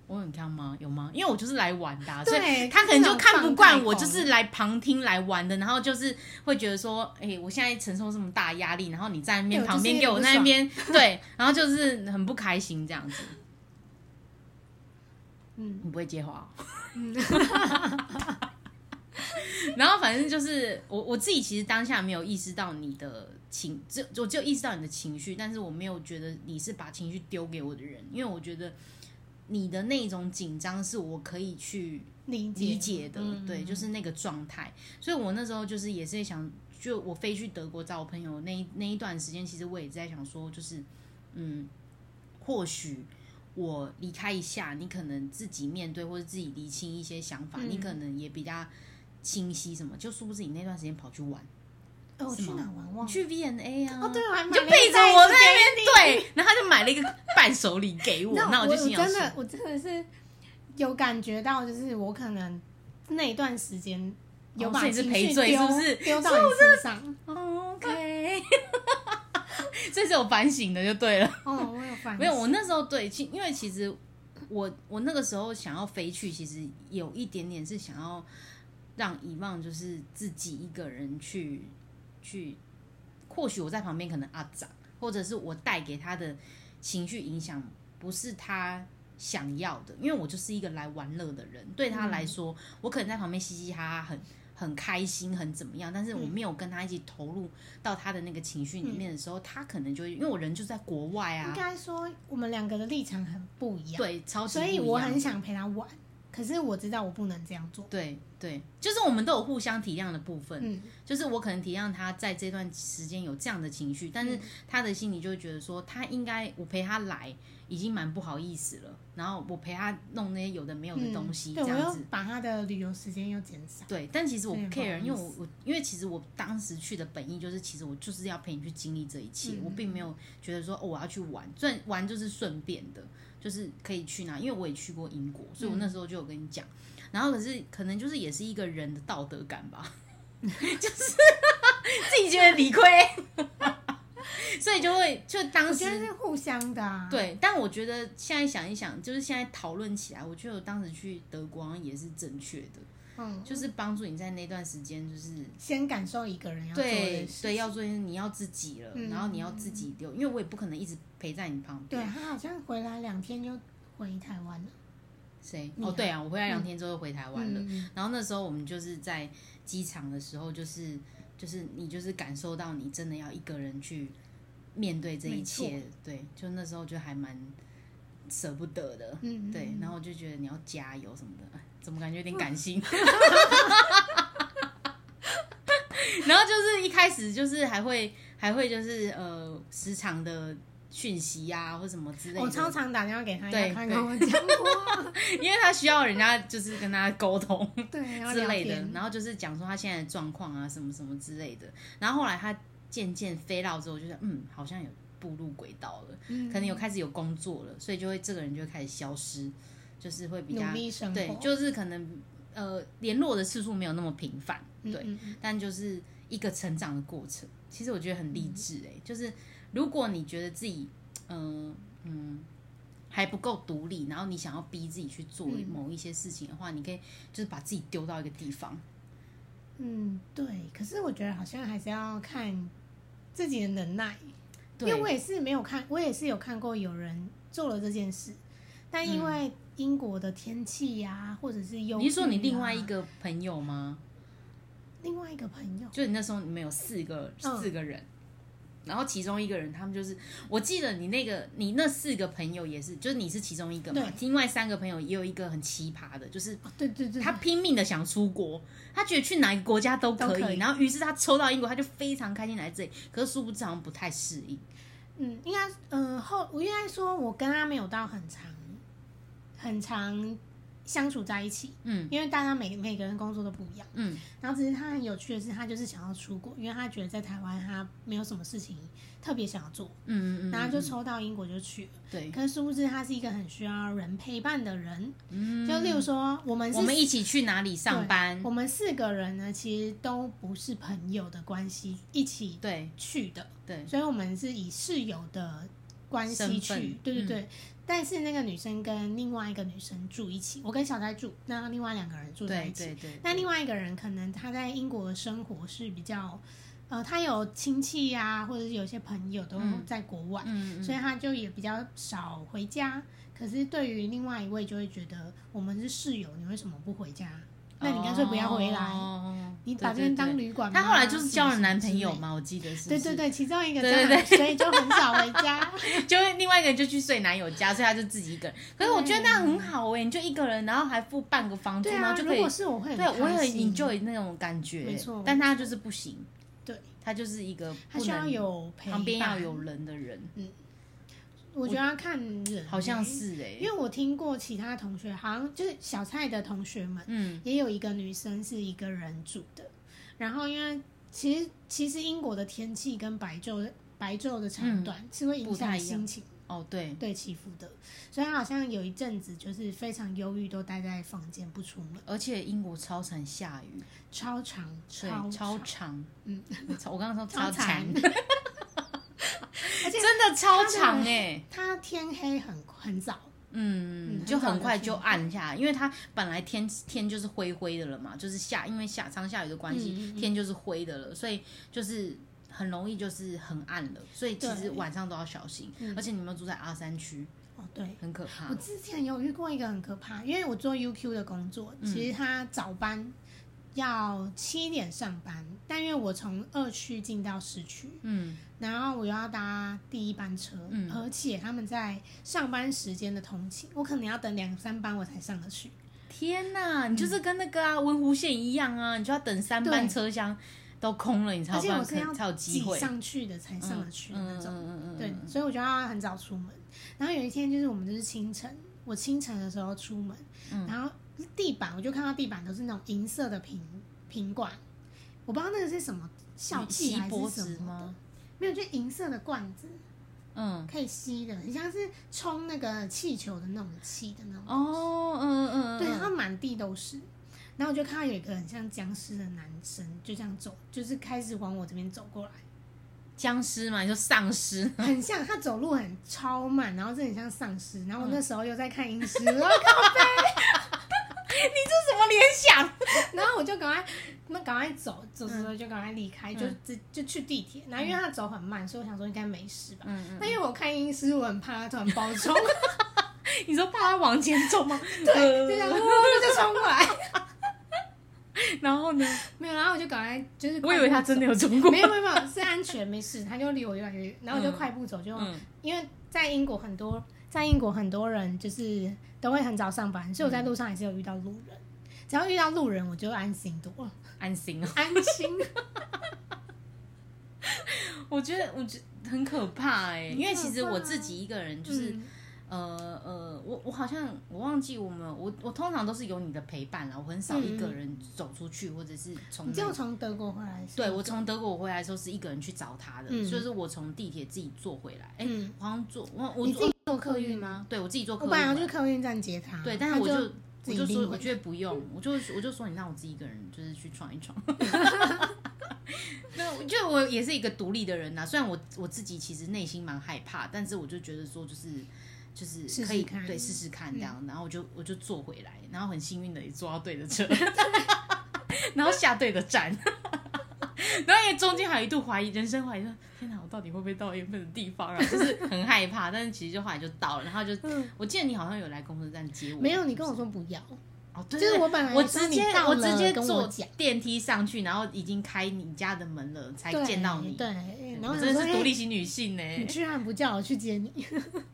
[SPEAKER 4] 我很康吗？有吗？因为我就是来玩的、啊，所
[SPEAKER 2] 对
[SPEAKER 4] 以他可能就
[SPEAKER 2] 就
[SPEAKER 4] 看不
[SPEAKER 2] 是那
[SPEAKER 4] 惯
[SPEAKER 2] 种
[SPEAKER 4] 我，
[SPEAKER 2] 放
[SPEAKER 4] 就
[SPEAKER 2] 开
[SPEAKER 4] 是来旁听来玩的，然后就是会觉得说，哎、我现在承受这么大压力，然后你在那边
[SPEAKER 2] 对
[SPEAKER 4] 旁边
[SPEAKER 2] 我
[SPEAKER 4] 给
[SPEAKER 2] 就是
[SPEAKER 4] 我那边对，然后就是很不开心这样子。
[SPEAKER 2] 嗯
[SPEAKER 4] 你不会接话哦、哦
[SPEAKER 2] 嗯，
[SPEAKER 4] 然后反正就是我我自己其实当下没有意识到你的情，只我只有意识到你的情绪，但是我没有觉得你是把情绪丢给我的人，因为我觉得你的那种紧张是我可以去
[SPEAKER 2] 理解
[SPEAKER 4] 理解的，
[SPEAKER 2] 嗯
[SPEAKER 4] 对，就是那个状态。所以我那时候就是也是想，就我飞去德国找我朋友那一那一段时间，其实我也在想说，就是嗯，或许我离开一下，你可能自己面对或者自己厘清一些想法，
[SPEAKER 2] 嗯
[SPEAKER 4] 你可能也比较清晰什么。就殊不知你那段时间跑去玩，
[SPEAKER 2] 哦我
[SPEAKER 4] 是
[SPEAKER 2] 去
[SPEAKER 4] 吗
[SPEAKER 2] 哪玩
[SPEAKER 4] 你
[SPEAKER 2] 忘了？
[SPEAKER 4] 去 V N A 啊，
[SPEAKER 2] 哦，对，我还
[SPEAKER 4] 你
[SPEAKER 2] 买
[SPEAKER 4] 就
[SPEAKER 2] 了一
[SPEAKER 4] 背着
[SPEAKER 2] 袋
[SPEAKER 4] 我
[SPEAKER 2] 子
[SPEAKER 4] 在
[SPEAKER 2] 给
[SPEAKER 4] 那边对，然后他就买了一个伴手礼给我，
[SPEAKER 2] 那
[SPEAKER 4] 那就心想
[SPEAKER 2] 真
[SPEAKER 4] 说
[SPEAKER 2] 的，我真的是有感觉到，就是我可能那一段时间有把
[SPEAKER 4] 哦所以是
[SPEAKER 2] 情
[SPEAKER 4] 赔
[SPEAKER 2] 绪
[SPEAKER 4] 罪
[SPEAKER 2] 丢
[SPEAKER 4] 是不是
[SPEAKER 2] 丢到你身上？
[SPEAKER 4] OK，这是有反省的就对了。
[SPEAKER 2] 哦，我有反
[SPEAKER 4] 没有，我那时候对，其因为其实我我那个时候想要飞去，其实有一点点是想要让遗忘，就是自己一个人去去，或许我在旁边可能啊长，或者是我带给他的情绪影响不是他。想要的，因为我就是一个来玩乐的人，对他来说，我可能在旁边嘻嘻哈哈，很很开心，很怎么样，但是我
[SPEAKER 2] 嗯
[SPEAKER 4] 没有跟他一起投入到他的那个情绪里面的时候，他可能就会因为我人就在国外啊，
[SPEAKER 2] 应该说我们两个的立场很不一样，
[SPEAKER 4] 对，超级
[SPEAKER 2] 所以
[SPEAKER 4] 不一
[SPEAKER 2] 我
[SPEAKER 4] 样
[SPEAKER 2] 很想陪他玩，可是我知道我不能这样做。
[SPEAKER 4] 对对，就是我们都有互相体谅的部分，
[SPEAKER 2] 嗯，
[SPEAKER 4] 就是我可能体谅他在这段时间有这样的情绪，但是
[SPEAKER 2] 嗯
[SPEAKER 4] 他的心里就会觉得说，他应该我陪他来已经蛮不好意思了，然后我陪他弄那些有的没有的东西，
[SPEAKER 2] 嗯
[SPEAKER 4] 这
[SPEAKER 2] 对我
[SPEAKER 4] 样
[SPEAKER 2] 又
[SPEAKER 4] 子。
[SPEAKER 2] 把他的旅游时间又减少。
[SPEAKER 4] 对，但其实我不
[SPEAKER 2] 对不好
[SPEAKER 4] care，
[SPEAKER 2] 意
[SPEAKER 4] 因为我我因为其实我当时去的本意就是，其实我就是要陪你去经历这一切，
[SPEAKER 2] 嗯
[SPEAKER 4] 我并没有觉得说哦我要去玩，虽然玩就是顺便的，就是可以去哪，因为我也去过英国，所以我那时候就有跟你讲，然后可是可能就是也是一个人的道德感 吧，就是自己觉得理亏， 所以就会就当
[SPEAKER 2] 我
[SPEAKER 4] 时
[SPEAKER 2] 觉得是互相的啊。，
[SPEAKER 4] 对，但我觉得现在想一想，就是现在讨论起来，我觉得我当时去德国好像也是正确的。
[SPEAKER 2] 嗯，
[SPEAKER 4] 就是帮助你在那段时间，就是
[SPEAKER 2] 先感受一个人要做
[SPEAKER 4] 对
[SPEAKER 2] 的事
[SPEAKER 4] 对，要做你要自己了，
[SPEAKER 2] 嗯
[SPEAKER 4] 然后你要自己留，因为我也不可能一直陪在你旁
[SPEAKER 2] 对
[SPEAKER 4] 边。
[SPEAKER 2] 他好像回来两天就回台湾了，
[SPEAKER 4] 谁？
[SPEAKER 2] 你
[SPEAKER 4] 哦，
[SPEAKER 2] 啊
[SPEAKER 4] 对啊，我回来两天之后就回台湾了。
[SPEAKER 2] 嗯
[SPEAKER 4] 然后那时候我们就是在机场的时候，就是就是你就是感受到你真的要一个人去面对这一
[SPEAKER 2] 没错
[SPEAKER 4] 切，对，就那时候就还蛮舍不得的，
[SPEAKER 2] 嗯，
[SPEAKER 4] 对。然
[SPEAKER 2] 后
[SPEAKER 4] 后我就觉得你要加油什么的，哎怎么感觉有点 感性？然后就是一开始就是还会还会就是呃时常的讯息呀、或什么之类的，
[SPEAKER 2] 我超哦常打电话给他，
[SPEAKER 4] 对
[SPEAKER 2] 要他跟我讲话，
[SPEAKER 4] 因为他需要人家就是跟他沟通，
[SPEAKER 2] 对，然后
[SPEAKER 4] 之
[SPEAKER 2] 聊
[SPEAKER 4] 类的
[SPEAKER 2] 天，
[SPEAKER 4] 然后就是讲说他现在的状况啊，什么什么之类的。然后后来他渐渐飞到之后，我就觉得嗯，好像有步入轨道了，
[SPEAKER 2] 嗯
[SPEAKER 4] 可能有开始有工作了，所以就会这个人就会开始消失，就是会比较
[SPEAKER 2] 努力生活，
[SPEAKER 4] 对，就是可能呃联络的次数没有那么频繁，
[SPEAKER 2] 嗯
[SPEAKER 4] 对，
[SPEAKER 2] 嗯嗯
[SPEAKER 4] 但就是一个成长的过程。其实我觉得很励
[SPEAKER 2] 嗯
[SPEAKER 4] 志哎、就是如果你觉得自己，嗯、嗯。还不够独立，然后你想要逼自己去做
[SPEAKER 2] 嗯
[SPEAKER 4] 某一些事情的话，你可以就是把自己丢到一个地方，
[SPEAKER 2] 嗯，对。可是我觉得好像还是要看自己的能耐，因
[SPEAKER 4] 对
[SPEAKER 2] 为我也是没有看，我也是有看过有人做了这件事，但因为英国的天气呀、或者是忧、
[SPEAKER 4] 嗯
[SPEAKER 2] 啊
[SPEAKER 4] 你是说你另外一个朋友吗？
[SPEAKER 2] 另外一个朋友，
[SPEAKER 4] 就你那时候你们有四个、
[SPEAKER 2] 嗯
[SPEAKER 4] 四个人，然后其中一个人他们就是，我记得你那个你那四个朋友也是，就是你是其中一个嘛，
[SPEAKER 2] 对
[SPEAKER 4] 另外三个朋友也有一个很奇葩的，就是
[SPEAKER 2] 哦对对对，
[SPEAKER 4] 他拼命的想出国，他觉得去哪个国家都可以，
[SPEAKER 2] 都可以
[SPEAKER 4] 然后于是他抽到英国，他就非常开心来这里，可是殊不知好像不太适应。
[SPEAKER 2] 嗯，应该嗯、呃、后我应该说，我跟他没有到很长很长相处在一起，
[SPEAKER 4] 嗯
[SPEAKER 2] 因为大家每每个人工作都不一样。
[SPEAKER 4] 嗯
[SPEAKER 2] 然后只是他很有趣的是，他就是想要出国，因为他觉得在台湾他没有什么事情特别想要做，
[SPEAKER 4] 嗯嗯嗯，
[SPEAKER 2] 然后就抽到英国就去了。
[SPEAKER 4] 对，
[SPEAKER 2] 可是殊不知他是一个很需要人陪伴的人，
[SPEAKER 4] 嗯
[SPEAKER 2] 就例如说我们是
[SPEAKER 4] 我们一起去哪里上班
[SPEAKER 2] 对？我们四个人呢其实都不是朋友的关系一起
[SPEAKER 4] 对
[SPEAKER 2] 去的，
[SPEAKER 4] 对，
[SPEAKER 2] 所以我们是以室友的关系
[SPEAKER 4] 身份嗯
[SPEAKER 2] 去，对对对。但是那个女生跟另外一个女生住一起，我跟小呆住，那另外两个人住在
[SPEAKER 4] 对
[SPEAKER 2] 一起。
[SPEAKER 4] 对对，
[SPEAKER 2] 那另外一个人可能他在英国的生活是比较，呃，他有亲戚呀、或者是有些朋友都
[SPEAKER 4] 嗯
[SPEAKER 2] 在国外，
[SPEAKER 4] 嗯，
[SPEAKER 2] 所
[SPEAKER 4] 以
[SPEAKER 2] 以他就也比较少回家。可是对于另外一位，就会觉得我们是室友，你为什么不回家？那你干脆不要回来，
[SPEAKER 4] 哦
[SPEAKER 2] 嗯你把这边当旅馆吗。
[SPEAKER 4] 他后来就是交了男朋友
[SPEAKER 2] 什么之类的
[SPEAKER 4] 嘛，我记得是。
[SPEAKER 2] 对对，对，其中一个
[SPEAKER 4] 对
[SPEAKER 2] 真
[SPEAKER 4] 对
[SPEAKER 2] 的，所以就很少回 家。
[SPEAKER 4] 就另外一个人就去睡男友家，所以他就自己一个人。可是我觉得那很好哎，你就一个人，然后还付半个房租，
[SPEAKER 2] 对
[SPEAKER 4] 然
[SPEAKER 2] 啊，
[SPEAKER 4] 后就
[SPEAKER 2] 如
[SPEAKER 4] 可以
[SPEAKER 2] 果。是我会
[SPEAKER 4] 对，我也
[SPEAKER 2] 开
[SPEAKER 4] 很
[SPEAKER 2] 心
[SPEAKER 4] enjoy 那种感觉，
[SPEAKER 2] 没错
[SPEAKER 4] 但他就是不行，
[SPEAKER 2] 对，
[SPEAKER 4] 他就是一个
[SPEAKER 2] 他
[SPEAKER 4] 不
[SPEAKER 2] 需要
[SPEAKER 4] 能
[SPEAKER 2] 有陪伴
[SPEAKER 4] 旁边要有，人的人，
[SPEAKER 2] 我觉得要看人，
[SPEAKER 4] 好像。是哎、
[SPEAKER 2] 因为我听过其他同学，好像就是小蔡的同学们，
[SPEAKER 4] 嗯
[SPEAKER 2] 也有一个女生是一个人住的。然后因为其实其实英国的天气跟白昼的白昼的长短是会影
[SPEAKER 4] 嗯不太
[SPEAKER 2] 响
[SPEAKER 4] 一样
[SPEAKER 2] 心情
[SPEAKER 4] 哦对，
[SPEAKER 2] 对起伏的，所以她好像有一阵子就是非常忧郁，都待在房间不出门，
[SPEAKER 4] 而且英国超常下雨，
[SPEAKER 2] 超长
[SPEAKER 4] 对，
[SPEAKER 2] 超
[SPEAKER 4] 超
[SPEAKER 2] 长
[SPEAKER 4] 长，
[SPEAKER 2] 嗯
[SPEAKER 4] 超，我刚刚说
[SPEAKER 2] 超
[SPEAKER 4] 超长，
[SPEAKER 2] 长 而且
[SPEAKER 4] 真的超长哎、
[SPEAKER 2] 它天黑很很早，
[SPEAKER 4] 嗯，
[SPEAKER 2] 嗯
[SPEAKER 4] 就
[SPEAKER 2] 很早
[SPEAKER 4] 很
[SPEAKER 2] 就
[SPEAKER 4] 快
[SPEAKER 2] 天
[SPEAKER 4] 就
[SPEAKER 2] 黑
[SPEAKER 4] 暗下来，因为它本来天天就是灰灰的了嘛，就是下因为下常下雨的关系，
[SPEAKER 2] 嗯嗯嗯
[SPEAKER 4] 天就是灰的了，所以就是很容易就是很暗了，所以其实
[SPEAKER 2] 对
[SPEAKER 4] 晚上都要小心。
[SPEAKER 2] 嗯
[SPEAKER 4] 而且你们住在阿三区，
[SPEAKER 2] 哦，对。
[SPEAKER 4] 很可怕
[SPEAKER 2] 我。之前有遇过一个很可怕，因为我做 UQ 的工作，其
[SPEAKER 4] 嗯
[SPEAKER 2] 实他早班要七点上班，但因为我从二区进到市区，
[SPEAKER 4] 嗯，
[SPEAKER 2] 然后我又要搭第一班车，
[SPEAKER 4] 嗯
[SPEAKER 2] 而且他们在上班时间的通勤，我可能要等两三班我才上得去。
[SPEAKER 4] 天哪，你就是跟那个啊文湖线一样啊，你就要等三班
[SPEAKER 2] 嗯对
[SPEAKER 4] 车厢都空了，你才
[SPEAKER 2] 而
[SPEAKER 4] 有
[SPEAKER 2] 且
[SPEAKER 4] 办
[SPEAKER 2] 我
[SPEAKER 4] 法
[SPEAKER 2] 是
[SPEAKER 4] 可能才
[SPEAKER 2] 要
[SPEAKER 4] 有机会
[SPEAKER 2] 挤上去的才上得去的那种，
[SPEAKER 4] 嗯
[SPEAKER 2] 对，所以我就要很早出门。然后有一天就是我们就是清晨，我清晨的时候出门，
[SPEAKER 4] 嗯
[SPEAKER 2] 然后地板我就看到地板都是那种银色的瓶瓶罐，我不知道那个是什么笑气
[SPEAKER 4] 吸
[SPEAKER 2] 还
[SPEAKER 4] 脖
[SPEAKER 2] 是什
[SPEAKER 4] 子
[SPEAKER 2] 么
[SPEAKER 4] 吗
[SPEAKER 2] 的？，没有，就银色的罐子
[SPEAKER 4] 嗯，
[SPEAKER 2] 可以吸的，很像是冲那个气球的那种气的那种。
[SPEAKER 4] 哦，嗯嗯嗯，
[SPEAKER 2] 对，
[SPEAKER 4] 嗯
[SPEAKER 2] 然后满地都是。然后我就看到有一个很像僵尸的男生，就这样走，就是开始往我这边走过来，
[SPEAKER 4] 僵尸嘛，你说丧尸，
[SPEAKER 2] 很像他走路很超慢，然后真的很像丧尸。然后
[SPEAKER 4] 嗯
[SPEAKER 2] 我那时候又在看阴 尸，然后
[SPEAKER 4] 这什么联想？
[SPEAKER 2] 然后我就赶快，那赶快走，走走走就赶快离
[SPEAKER 4] 嗯
[SPEAKER 2] 开，就就就去地铁。然后因为他走很慢，所以我想说应该没事吧。
[SPEAKER 4] 嗯嗯。
[SPEAKER 2] 但因为我看阴尸，我很怕他突然暴冲，
[SPEAKER 4] 你说怕他往前走吗？
[SPEAKER 2] 对，就这样就冲过来，
[SPEAKER 4] 然后呢？
[SPEAKER 2] 没有，然 后我就赶快就是，
[SPEAKER 4] 我以为他真的。有中过。
[SPEAKER 2] 没有没有没有，是安全没事，他就离我越来越远，然后我就
[SPEAKER 4] 嗯
[SPEAKER 2] 快步走，就、
[SPEAKER 4] 嗯
[SPEAKER 2] 因为在英国很多在英国很多人就是都会很早上班，所以我在路上也是有遇到路人，只要遇到路人我就安心多了，
[SPEAKER 4] 安心哦。
[SPEAKER 2] 安心。
[SPEAKER 4] 我觉得，我觉得很可怕哎、因为其实
[SPEAKER 2] 很可怕啊
[SPEAKER 4] 我自己一个人就是、
[SPEAKER 2] 嗯
[SPEAKER 4] 呃呃，我我好像我忘记我们我我通常都是有你的陪伴啦，我很少一个人走出去、或者是从
[SPEAKER 2] 你只有从德国回来是吗
[SPEAKER 4] 对我从德国回来的时候是一个人去找他的，
[SPEAKER 2] 嗯
[SPEAKER 4] 所以是我从地铁自己坐回来。哎、
[SPEAKER 2] 嗯
[SPEAKER 4] 我好像坐我我
[SPEAKER 2] 你自己
[SPEAKER 4] 坐
[SPEAKER 2] 坐客运吗？
[SPEAKER 4] 对我自己坐客
[SPEAKER 2] 我
[SPEAKER 4] 运
[SPEAKER 2] 本来要
[SPEAKER 4] 回来
[SPEAKER 2] 去客运站接他，
[SPEAKER 4] 对，但是
[SPEAKER 2] 嗯
[SPEAKER 4] 我
[SPEAKER 2] 他
[SPEAKER 4] 就
[SPEAKER 2] 自
[SPEAKER 4] 我
[SPEAKER 2] 己
[SPEAKER 4] 就说，
[SPEAKER 2] 拎回
[SPEAKER 4] 我
[SPEAKER 2] 来
[SPEAKER 4] 觉得不用，我就我就说你让我自己一个人就是去闯 一闯。对，我觉得我也是一个独立的人呐、虽然我我自己其实内心蛮害怕，但是我就觉得说就是。就是
[SPEAKER 2] 试试
[SPEAKER 4] 可以
[SPEAKER 2] 看嗯
[SPEAKER 4] 对试试看这样，然后我就我就坐回来，然后很幸运的也坐到对 的车，然后下对的站，然后也中间还有一度怀疑人生怀疑说天哪，我到底会不会到缘分的地方啊？就是很害怕，但是其实就后来就到了，然后就、
[SPEAKER 2] 嗯
[SPEAKER 4] 我记得你好像有来公车站接我，
[SPEAKER 2] 没有你
[SPEAKER 4] 是不
[SPEAKER 2] 跟
[SPEAKER 4] 是
[SPEAKER 2] 我说不要，
[SPEAKER 4] 哦，对
[SPEAKER 2] 就是
[SPEAKER 4] 对
[SPEAKER 2] 我本来
[SPEAKER 4] 我
[SPEAKER 2] 说
[SPEAKER 4] 直
[SPEAKER 2] 你
[SPEAKER 4] 接
[SPEAKER 2] 到
[SPEAKER 4] 我
[SPEAKER 2] 了
[SPEAKER 4] 直接
[SPEAKER 2] 跟我
[SPEAKER 4] 坐
[SPEAKER 2] 讲
[SPEAKER 4] 电梯上去，然后已经开你家的门了，才
[SPEAKER 2] 对
[SPEAKER 4] 见到你。
[SPEAKER 2] 对，然后
[SPEAKER 4] 我
[SPEAKER 2] 我
[SPEAKER 4] 真的
[SPEAKER 2] 说
[SPEAKER 4] 是独。立
[SPEAKER 2] 欸
[SPEAKER 4] 型女性呢、
[SPEAKER 2] 你居然不叫我去接你，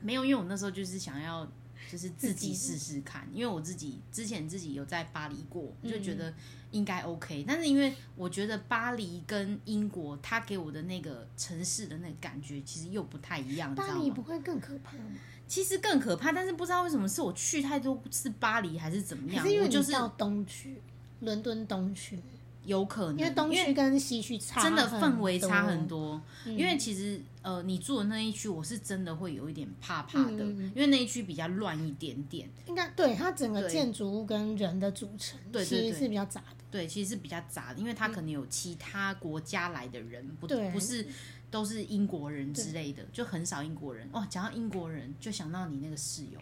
[SPEAKER 4] 没有，因为我那时候就是想要，就是自己
[SPEAKER 2] 己
[SPEAKER 4] 试试看，因为我自己之前自己有在巴黎过，就
[SPEAKER 2] 嗯
[SPEAKER 4] 觉得应该 OK、但是因为我觉得巴黎跟英国，它给我的那个城市的那个感觉其实又不太一样，你知
[SPEAKER 2] 巴
[SPEAKER 4] 道
[SPEAKER 2] 黎
[SPEAKER 4] 吗
[SPEAKER 2] 不？会更可怕吗？
[SPEAKER 4] 其实更可怕，但是不知道为什么是我去太多次巴黎还是怎么
[SPEAKER 2] 还
[SPEAKER 4] 样，
[SPEAKER 2] 是因
[SPEAKER 4] 我
[SPEAKER 2] 为
[SPEAKER 4] 就
[SPEAKER 2] 你
[SPEAKER 4] 是
[SPEAKER 2] 到东区，伦敦东区，
[SPEAKER 4] 有可能
[SPEAKER 2] 因为东
[SPEAKER 4] 因为
[SPEAKER 2] 区跟西区差
[SPEAKER 4] 真的氛围差很
[SPEAKER 2] 很多，
[SPEAKER 4] 多，
[SPEAKER 2] 嗯
[SPEAKER 4] 因为其实呃，你住的那一区，我是真的会有一点怕怕的，
[SPEAKER 2] 嗯嗯嗯
[SPEAKER 4] 因为那一区比较乱一点点，
[SPEAKER 2] 应该对它整个
[SPEAKER 4] 对
[SPEAKER 2] 建筑物跟人的组成
[SPEAKER 4] 对对
[SPEAKER 2] 其实
[SPEAKER 4] 对
[SPEAKER 2] 是比较杂的。
[SPEAKER 4] 对，其实是比较杂的，因为他可能有其他国家来的人，
[SPEAKER 2] 嗯
[SPEAKER 4] 不
[SPEAKER 2] 对
[SPEAKER 4] 不是都是英国人之类的，就很少英国人。哇，讲到英国人，就想到你那个室友，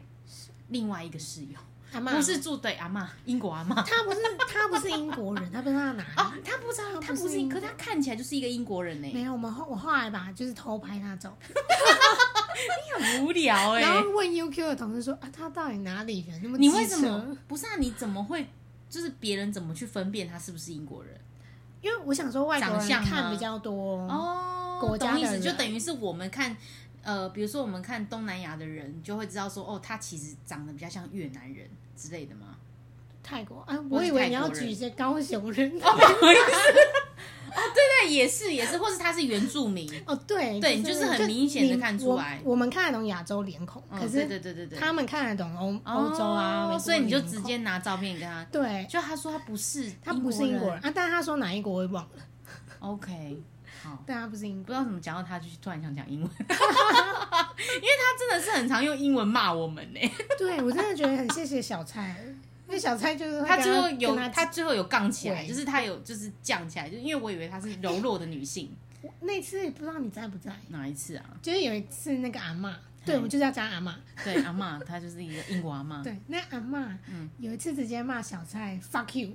[SPEAKER 4] 另外一个室友，
[SPEAKER 2] 阿妈
[SPEAKER 4] 不是住对阿嬷，英国阿嬷。
[SPEAKER 2] 他不是他不是英国人，他不知道哪
[SPEAKER 4] 哦
[SPEAKER 2] 里。，
[SPEAKER 4] 他不知道，他
[SPEAKER 2] 他不是
[SPEAKER 4] 不是英，
[SPEAKER 2] 英
[SPEAKER 4] 可
[SPEAKER 2] 国
[SPEAKER 4] 他看起来就是一个英国人呢、
[SPEAKER 2] 没有，我们后我后来吧，就是偷拍他照片，
[SPEAKER 4] 很无聊哎、
[SPEAKER 2] 然后问 UQ 的同事说啊，他到底哪里人？那么
[SPEAKER 4] 你为
[SPEAKER 2] 机
[SPEAKER 4] 什
[SPEAKER 2] 车
[SPEAKER 4] 么？不是啊？你怎么会？就是别人怎么去分辨他是不是英国人？
[SPEAKER 2] 因为我想说外国
[SPEAKER 4] 长相
[SPEAKER 2] 人
[SPEAKER 4] 吗
[SPEAKER 2] 看比较多，
[SPEAKER 4] 哦，
[SPEAKER 2] 嗯国家
[SPEAKER 4] 懂
[SPEAKER 2] 的
[SPEAKER 4] 意思，
[SPEAKER 2] 人
[SPEAKER 4] 就等于是我们看，呃，比如说我们看东南亚的人，就会知道说，哦，他其实长得比较像越南人之类的嘛。
[SPEAKER 2] 泰国啊，
[SPEAKER 4] 或
[SPEAKER 2] 我
[SPEAKER 4] 是
[SPEAKER 2] 以为你
[SPEAKER 4] 泰
[SPEAKER 2] 要
[SPEAKER 4] 国人哦
[SPEAKER 2] 举一些高雄人。
[SPEAKER 4] 对，也是也是，或是他是原住民。
[SPEAKER 2] 哦，对
[SPEAKER 4] 对
[SPEAKER 2] 就
[SPEAKER 4] 就是很明显地看出
[SPEAKER 2] 你
[SPEAKER 4] 来
[SPEAKER 2] 我我们看得懂亚洲脸孔，
[SPEAKER 4] 嗯，
[SPEAKER 2] 可
[SPEAKER 4] 对
[SPEAKER 2] 是
[SPEAKER 4] 对对对对，
[SPEAKER 2] 他们看得懂欧
[SPEAKER 4] 哦
[SPEAKER 2] 欧洲啊，美国
[SPEAKER 4] 所以你就
[SPEAKER 2] 脸
[SPEAKER 4] 直
[SPEAKER 2] 孔
[SPEAKER 4] 接拿照片跟他，
[SPEAKER 2] 对，
[SPEAKER 4] 就他说他不是，
[SPEAKER 2] 他不是英国人。啊，但他说哪一国我也忘了，
[SPEAKER 4] OK，好。
[SPEAKER 2] 但他不是英国。
[SPEAKER 4] 不知道怎么讲到他，就突然想讲英文，因 为他真的是很常用英文骂我们呢、
[SPEAKER 2] 对我真的觉得很谢谢小 蔡，因为小蔡就是会
[SPEAKER 4] 他
[SPEAKER 2] 跟
[SPEAKER 4] 最后有
[SPEAKER 2] 跟他
[SPEAKER 4] 他最后有杠起来，
[SPEAKER 2] 对
[SPEAKER 4] 就是他有就是降起来，就因为我以为他是柔弱的女性，
[SPEAKER 2] 那次不知道你在不在，
[SPEAKER 4] 哪一次啊？
[SPEAKER 2] 就是有一次那个阿嬷，对我们就是要讲阿嬷。
[SPEAKER 4] 对，阿嬷，她就是一个英国阿嬷。
[SPEAKER 2] 对，那阿嬷
[SPEAKER 4] 嗯
[SPEAKER 2] 有一次直接骂小蔡 fuck you，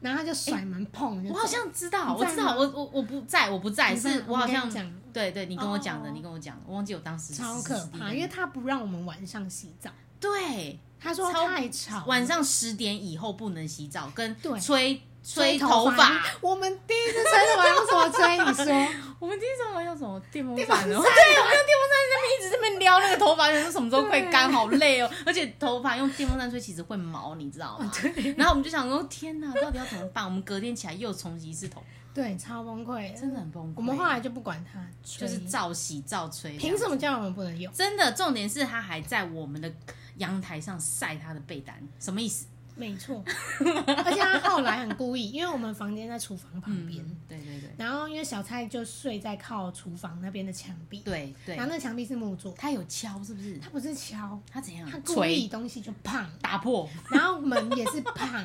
[SPEAKER 2] 然 后他就甩门碰，就
[SPEAKER 4] 我好像知道，
[SPEAKER 2] 你
[SPEAKER 4] 我
[SPEAKER 2] 在吗
[SPEAKER 4] 知道，我我我不在，我不在，
[SPEAKER 2] 你在
[SPEAKER 4] 是我好
[SPEAKER 2] 我
[SPEAKER 4] 像
[SPEAKER 2] 跟你讲
[SPEAKER 4] 对对，你跟我讲的，
[SPEAKER 2] 哦
[SPEAKER 4] 你跟我讲的，我忘记我当时是
[SPEAKER 2] 超
[SPEAKER 4] 是
[SPEAKER 2] 可
[SPEAKER 4] 是第一
[SPEAKER 2] 怕，
[SPEAKER 4] 个
[SPEAKER 2] 因为他不让我们晚上洗澡，
[SPEAKER 4] 对
[SPEAKER 2] 他说
[SPEAKER 4] 超
[SPEAKER 2] 太吵了，
[SPEAKER 4] 晚上十点以后不能洗澡，跟
[SPEAKER 2] 对
[SPEAKER 4] 吹
[SPEAKER 2] 吹
[SPEAKER 4] 头
[SPEAKER 2] 发。我们第一次吹头发用什么吹？你说
[SPEAKER 4] 我们第一次用什么电风扇哦？对，我们用电风 扇在那边一直在那边撩那个头发，想说什么时候快干，好累哦。 而且头发用电风扇吹其实会毛，你知道吗？对。然后我们就想说，天哪，到底要怎么办？我们隔天起来又重洗一次头，
[SPEAKER 2] 对，超崩溃的。
[SPEAKER 4] 真的很崩溃。
[SPEAKER 2] 我们后来就不管他，
[SPEAKER 4] 就
[SPEAKER 2] 吹
[SPEAKER 4] 是照洗照吹，
[SPEAKER 2] 凭什么？叫我们不能用？
[SPEAKER 4] 真的，重点是他还在我们的阳台上晒他的被单，什么意思？
[SPEAKER 2] 没错， 而且他后来很故意，因为我们房间在厨房旁边，
[SPEAKER 4] 嗯，对对对
[SPEAKER 2] 然后因为小蔡就睡在靠厨房那边的墙壁，
[SPEAKER 4] 对
[SPEAKER 2] 然
[SPEAKER 4] 对，
[SPEAKER 2] 后那墙壁是木做，
[SPEAKER 4] 他有敲是不是？
[SPEAKER 2] 他不是敲，
[SPEAKER 4] 他怎样
[SPEAKER 2] 他？故意
[SPEAKER 4] 锤
[SPEAKER 2] 东西就胖，
[SPEAKER 4] 打破，
[SPEAKER 2] 然后门也是 胖，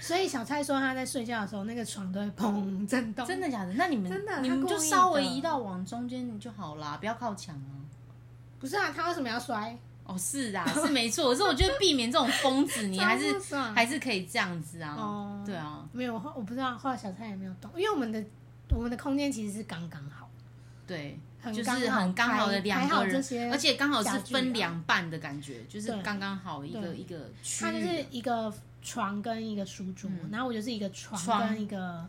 [SPEAKER 2] 所以小蔡说他在睡觉的时候，那个床都会砰震动，
[SPEAKER 4] 真的假的？那你们
[SPEAKER 2] 哦真的
[SPEAKER 4] 你们
[SPEAKER 2] 他
[SPEAKER 4] 就
[SPEAKER 2] 故意
[SPEAKER 4] 稍微
[SPEAKER 2] 的
[SPEAKER 4] 移到往中间就好啦，不要靠墙啊。
[SPEAKER 2] 不是啊，他为什么要摔？
[SPEAKER 4] 哦，是啊， 是没错。可是我觉得避免这种疯子， 你还是
[SPEAKER 2] 超不爽
[SPEAKER 4] 还是可以这样子啊。
[SPEAKER 2] 哦
[SPEAKER 4] 对啊，
[SPEAKER 2] 没有，后我不知道，后来小蔡也没有动，因为我们的我们的空间其实是刚刚好，
[SPEAKER 4] 对，
[SPEAKER 2] 很
[SPEAKER 4] 就是
[SPEAKER 2] 刚好
[SPEAKER 4] 很刚好的
[SPEAKER 2] 排
[SPEAKER 4] 两
[SPEAKER 2] 排好
[SPEAKER 4] 个人
[SPEAKER 2] 这，些
[SPEAKER 4] 而且刚好是
[SPEAKER 2] 家具
[SPEAKER 4] 分
[SPEAKER 2] 啊
[SPEAKER 4] 两半的感觉，就是
[SPEAKER 2] 对
[SPEAKER 4] 刚刚好一个
[SPEAKER 2] 对
[SPEAKER 4] 一个区
[SPEAKER 2] 它就
[SPEAKER 4] 域嗯
[SPEAKER 2] 是。一个床跟一个书桌，然后我就是一个床
[SPEAKER 4] 床
[SPEAKER 2] 跟一个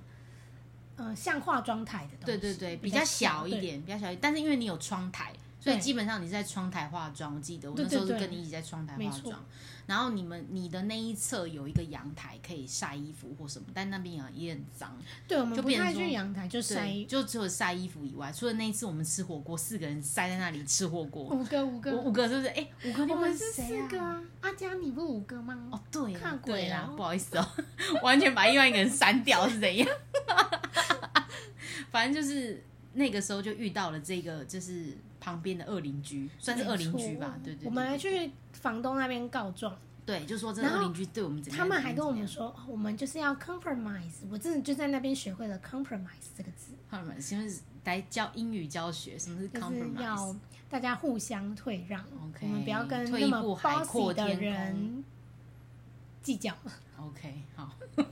[SPEAKER 2] 呃像化妆台的东西，
[SPEAKER 4] 对对对，比
[SPEAKER 2] 比
[SPEAKER 4] 较
[SPEAKER 2] 较
[SPEAKER 4] 小一
[SPEAKER 2] 对。
[SPEAKER 4] 点，比较小一点。但是因为你有窗台，所以
[SPEAKER 2] 对
[SPEAKER 4] 基本上你是在窗台化妆。我记得我
[SPEAKER 2] 对
[SPEAKER 4] 那时候是
[SPEAKER 2] 对对
[SPEAKER 4] 跟你一起在窗台
[SPEAKER 2] 没
[SPEAKER 4] 化
[SPEAKER 2] 错
[SPEAKER 4] 妆。然后你们你的那一侧有一个阳台可以晒衣服或什么，但那边也也很脏，
[SPEAKER 2] 对，我们
[SPEAKER 4] 就
[SPEAKER 2] 不
[SPEAKER 4] 变
[SPEAKER 2] 太
[SPEAKER 4] 成说
[SPEAKER 2] 去阳台，就
[SPEAKER 4] 对
[SPEAKER 2] 晒衣
[SPEAKER 4] 就只有晒衣服以外。除了那一次我们吃火锅，四个人塞在那里吃火锅，
[SPEAKER 2] 五个五个，
[SPEAKER 4] 我五个是不是？哎，五个你
[SPEAKER 2] 我们是
[SPEAKER 4] 谁
[SPEAKER 2] 四个
[SPEAKER 4] 啊？
[SPEAKER 2] 啊，阿佳你不五个吗？
[SPEAKER 4] 哦，对啦
[SPEAKER 2] 看
[SPEAKER 4] 对
[SPEAKER 2] 鬼
[SPEAKER 4] 啦
[SPEAKER 2] 啊，
[SPEAKER 4] 不好意思哦， 完全把另外一个人删掉是怎样？ 反正就是那个时候就遇到了这个，就是旁边的恶邻居，算是恶邻居吧
[SPEAKER 2] 没错，
[SPEAKER 4] 对对对。
[SPEAKER 2] 我们还
[SPEAKER 4] 对
[SPEAKER 2] 去房东那边告状，
[SPEAKER 4] 对，就说这个
[SPEAKER 2] 然
[SPEAKER 4] 恶
[SPEAKER 2] 后
[SPEAKER 4] 邻居对我们怎样？
[SPEAKER 2] 他们还
[SPEAKER 4] 怎
[SPEAKER 2] 跟我
[SPEAKER 4] 么样
[SPEAKER 2] 们说，哦我们就是要 compromise。我真的就在那边学会了 compromise 这个字，
[SPEAKER 4] 他们是不是来教英语教学？什么是
[SPEAKER 2] 就是要
[SPEAKER 4] compromise？
[SPEAKER 2] 大家互相退让
[SPEAKER 4] OK，
[SPEAKER 2] 我们不要跟
[SPEAKER 4] 退
[SPEAKER 2] 那
[SPEAKER 4] 一
[SPEAKER 2] 么
[SPEAKER 4] 步海阔
[SPEAKER 2] bossy 的
[SPEAKER 4] 天
[SPEAKER 2] 人计较。
[SPEAKER 4] OK，好。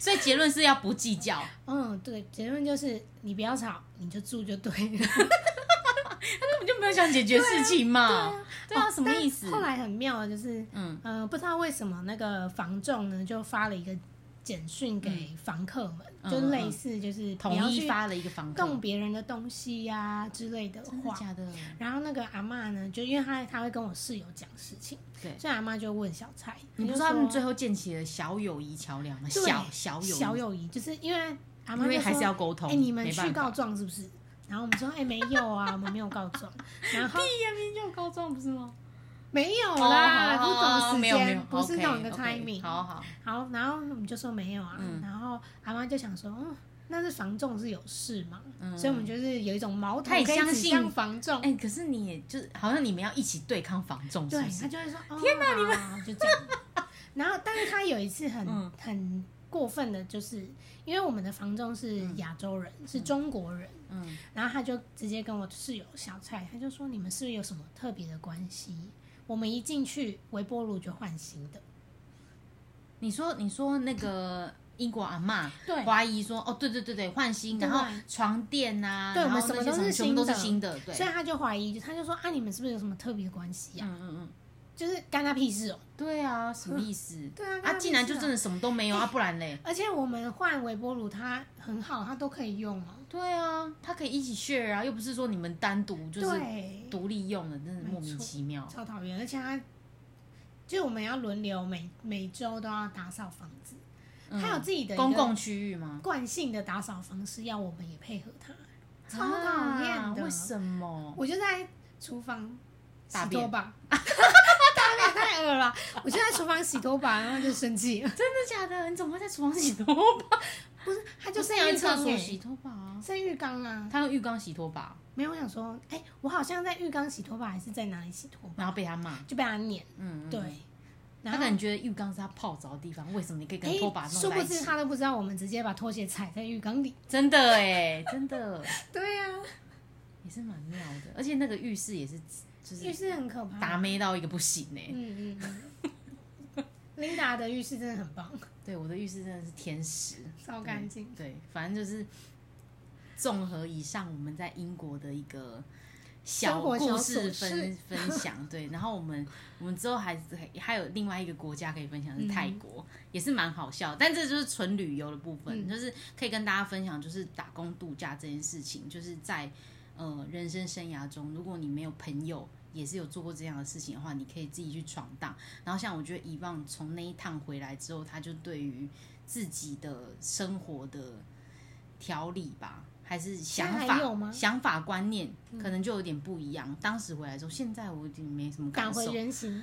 [SPEAKER 4] 所以结论是要不计
[SPEAKER 2] 啊
[SPEAKER 4] 较，
[SPEAKER 2] 嗯，对，结论就是你不要吵，你就住就对了。
[SPEAKER 4] 根本就没有想解决事情嘛？ 对啊，什么意思
[SPEAKER 2] 哦但？后来很妙的就是，
[SPEAKER 4] 嗯
[SPEAKER 2] 嗯、不知道为什么那个房仲呢就发了一个简讯给房客们，
[SPEAKER 4] 嗯
[SPEAKER 2] 就类似就是不啊要
[SPEAKER 4] 统一
[SPEAKER 2] 去
[SPEAKER 4] 发了一个房客，
[SPEAKER 2] 动别人的东西呀、之类的
[SPEAKER 4] 真的
[SPEAKER 2] 话。
[SPEAKER 4] 假的？
[SPEAKER 2] 然后那个阿嬷呢，就因为她她会跟我室友讲事情，
[SPEAKER 4] 对
[SPEAKER 2] 所以阿嬷就问小蔡，
[SPEAKER 4] 你不
[SPEAKER 2] 就
[SPEAKER 4] 知道他们最
[SPEAKER 2] 后
[SPEAKER 4] 后建起了小友谊桥梁吗？
[SPEAKER 2] 对
[SPEAKER 4] 小小友谊
[SPEAKER 2] 小友谊，就是因为阿
[SPEAKER 4] 因
[SPEAKER 2] 嬷
[SPEAKER 4] 为
[SPEAKER 2] 就
[SPEAKER 4] 还是
[SPEAKER 2] 说
[SPEAKER 4] 要沟通。
[SPEAKER 2] 哎、你们
[SPEAKER 4] 没
[SPEAKER 2] 去
[SPEAKER 4] 办法
[SPEAKER 2] 告状是不是？然后我们说，哎、没有啊， 我们没有告状。然后
[SPEAKER 4] 毕业明就告状不是吗？
[SPEAKER 2] 没有
[SPEAKER 4] 好
[SPEAKER 2] 哦啦，
[SPEAKER 4] 好好好
[SPEAKER 2] 不是同
[SPEAKER 4] 哦没
[SPEAKER 2] 时
[SPEAKER 4] 有没有
[SPEAKER 2] 间，不是
[SPEAKER 4] OK，
[SPEAKER 2] 同一个
[SPEAKER 4] OK，
[SPEAKER 2] timing。
[SPEAKER 4] 好好，
[SPEAKER 2] 好，然后我们就说没有啊。
[SPEAKER 4] 嗯
[SPEAKER 2] 然后阿妈就想说，嗯，那是房仲是有事嘛，
[SPEAKER 4] 嗯
[SPEAKER 2] 所以我们就是有一种矛头
[SPEAKER 4] 他也
[SPEAKER 2] 可以
[SPEAKER 4] 相
[SPEAKER 2] 指
[SPEAKER 4] 信
[SPEAKER 2] 向房仲。
[SPEAKER 4] 哎、可是你也就是好像你们要一起对抗房众，是
[SPEAKER 2] 对
[SPEAKER 4] 不
[SPEAKER 2] 他
[SPEAKER 4] 是？
[SPEAKER 2] 就会说，哦、天哪，你们就这样。 然后，但是他有一次很、
[SPEAKER 4] 嗯
[SPEAKER 2] 很过分的，就是因为我们的房仲是亚洲人，是中国人，
[SPEAKER 4] 嗯，
[SPEAKER 2] 然后他就直接跟我室友小蔡，他就说你们是不是有什么特别的关系？我们一进去微波炉就换新的，
[SPEAKER 4] 你说你说那个英国阿嬷
[SPEAKER 2] 对
[SPEAKER 4] 怀疑说，哦，对对对对，换新，
[SPEAKER 2] 对
[SPEAKER 4] 然后床垫呐、
[SPEAKER 2] 对
[SPEAKER 4] 然后
[SPEAKER 2] 我们什么
[SPEAKER 4] 那些
[SPEAKER 2] 都是
[SPEAKER 4] 全部都是新
[SPEAKER 2] 新
[SPEAKER 4] 的，对，
[SPEAKER 2] 所以他就怀疑，他就说啊，你们是不是有什么特别的关系呀、
[SPEAKER 4] 嗯嗯嗯，
[SPEAKER 2] 就是干他屁事哦、
[SPEAKER 4] 对啊，什么意思？
[SPEAKER 2] 对啊哎
[SPEAKER 4] 啊，竟然就真的
[SPEAKER 2] 的。
[SPEAKER 4] 什么都没有啊，不然嘞？
[SPEAKER 2] 而且我们换微波炉，它很好，它都可以用哦、
[SPEAKER 4] 对啊，他可以一起 share 啊，又不是说你们单独就是
[SPEAKER 2] 对，
[SPEAKER 4] 独立用的，真的莫名其妙。
[SPEAKER 2] 超讨厌。而且它就是我们要轮流每每周都要打扫房子，
[SPEAKER 4] 嗯
[SPEAKER 2] 它有自己的一个
[SPEAKER 4] 公共区域吗？
[SPEAKER 2] 惯性的打扫方式，要我们也配合它，超
[SPEAKER 4] 啊
[SPEAKER 2] 讨厌的。
[SPEAKER 4] 为什么？
[SPEAKER 2] 我就在厨房
[SPEAKER 4] 大
[SPEAKER 2] 洗
[SPEAKER 4] 便
[SPEAKER 2] 拖 把，大便太恶了。我就在厨房洗拖把，然后就生气了。
[SPEAKER 4] 真的假的？你怎么会在厨房洗头 发？
[SPEAKER 2] 不是，他
[SPEAKER 4] 他
[SPEAKER 2] 就是
[SPEAKER 4] 是要
[SPEAKER 2] 浴
[SPEAKER 4] 用厕
[SPEAKER 2] 缸
[SPEAKER 4] 所
[SPEAKER 2] 欸
[SPEAKER 4] 洗头发啊。
[SPEAKER 2] 在浴缸啊。
[SPEAKER 4] 他用浴缸洗拖把，
[SPEAKER 2] 没有，我想说，哎、我好像在浴缸洗拖把，还是在哪里洗拖把，
[SPEAKER 4] 然后被他骂。
[SPEAKER 2] 就被他撵。
[SPEAKER 4] 嗯，嗯
[SPEAKER 2] 对，，然
[SPEAKER 4] 他
[SPEAKER 2] 后
[SPEAKER 4] 可能觉得浴缸是他泡澡的地方，为什么你可以跟拖把
[SPEAKER 2] 哎
[SPEAKER 4] 弄
[SPEAKER 2] 殊
[SPEAKER 4] 在
[SPEAKER 2] 不
[SPEAKER 4] 一
[SPEAKER 2] 知
[SPEAKER 4] 起？
[SPEAKER 2] 他都不知道，我们直接把拖鞋踩在浴缸里。
[SPEAKER 4] 真的哎， 真的
[SPEAKER 2] 对呀、
[SPEAKER 4] 啊也是蛮妙的，而且那个浴室也是，就
[SPEAKER 2] 浴
[SPEAKER 4] 是
[SPEAKER 2] 室啊很可怕。
[SPEAKER 4] 打妹到一个不行哎。
[SPEAKER 2] 嗯嗯嗯。琳达的浴室真的很棒，
[SPEAKER 4] 对，我的浴室真的是天使，
[SPEAKER 2] 超干净。
[SPEAKER 4] 对，反正就是综合以上我们在英国的一个小
[SPEAKER 2] 生活小
[SPEAKER 4] 故
[SPEAKER 2] 琐
[SPEAKER 4] 事
[SPEAKER 2] 事
[SPEAKER 4] 分分享，对，然后我们我们之后还还有另外一个国家可以分享是
[SPEAKER 2] 嗯
[SPEAKER 4] 泰国，也是蛮好笑，但这就是纯旅游的部分，
[SPEAKER 2] 嗯
[SPEAKER 4] 就是可以跟大家分享，就是打工度假这件事情，就是在呃人生生涯中，如果你没有朋友。也是有做过这样的事情的话，你可以自己去闯荡。然后像我觉得遗忘从那一趟回来之后，他就对于自己的生活的条理吧，还是想
[SPEAKER 2] 现
[SPEAKER 4] 法
[SPEAKER 2] 在还有吗嗯
[SPEAKER 4] 想法观念可能就有点不一样。当时回来之后，现在我已经没什么
[SPEAKER 2] 打
[SPEAKER 4] 感
[SPEAKER 2] 回
[SPEAKER 4] 受，
[SPEAKER 2] 原形。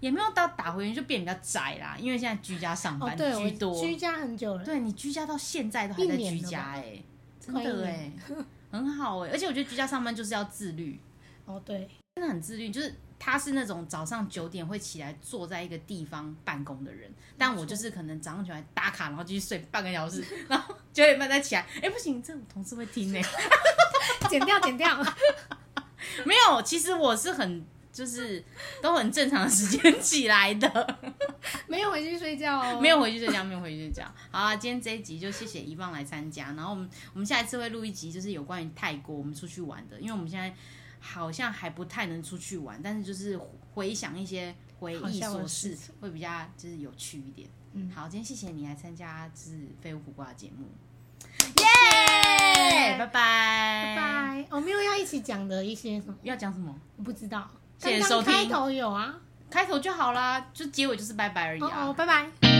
[SPEAKER 4] 也没有到打回原就变比较窄啦，因为现在居家上
[SPEAKER 2] 哦
[SPEAKER 4] 班，
[SPEAKER 2] 对，
[SPEAKER 4] 居
[SPEAKER 2] 我
[SPEAKER 4] 多，
[SPEAKER 2] 居家很久了。
[SPEAKER 4] 对你居家到现在都还在
[SPEAKER 2] 一年
[SPEAKER 4] 居
[SPEAKER 2] 了吧
[SPEAKER 4] 家哎、欸，真
[SPEAKER 2] 快一
[SPEAKER 4] 的哎、
[SPEAKER 2] 年
[SPEAKER 4] 很好哎、而且我觉得居家上班就是要自律，
[SPEAKER 2] 哦，对，
[SPEAKER 4] 真的很自律，就是。他是那种早上九点会起来坐在一个地方办公的人，但我就是可能早上起来打卡，然后继续睡半个小时，然后九点半再起来。哎、不行，这我同事会听哎、
[SPEAKER 2] 剪掉，剪掉。
[SPEAKER 4] 没有，其实我是很就是都很正常的时间起来的，
[SPEAKER 2] 没有回去睡觉哦，
[SPEAKER 4] 没有回去睡觉，没有回去睡觉。好啊，今天这一集就谢谢遗忘来参加，然后我们我们下一次会录一集，就是有关于泰国我们出去玩的，因为我们现在好像还不太能出去玩，但是就是回想一些回
[SPEAKER 2] 好
[SPEAKER 4] 忆
[SPEAKER 2] 笑的
[SPEAKER 4] 琐
[SPEAKER 2] 事
[SPEAKER 4] 事，会比较就是有趣一点。
[SPEAKER 2] 嗯
[SPEAKER 4] 好，今天谢谢你来参加就是废物苦瓜的节目，耶，
[SPEAKER 2] 耶
[SPEAKER 4] 拜拜，
[SPEAKER 2] 拜
[SPEAKER 4] 拜。
[SPEAKER 2] 拜。哦我没有要一起讲的一些什么，
[SPEAKER 4] 要讲什么？
[SPEAKER 2] 我不知道。
[SPEAKER 4] 谢谢
[SPEAKER 2] 刚
[SPEAKER 4] 收
[SPEAKER 2] 刚
[SPEAKER 4] 听
[SPEAKER 2] 开头有啊，
[SPEAKER 4] 开头就好啦，就结尾就是拜拜而已啊。
[SPEAKER 2] 哦哦，拜拜。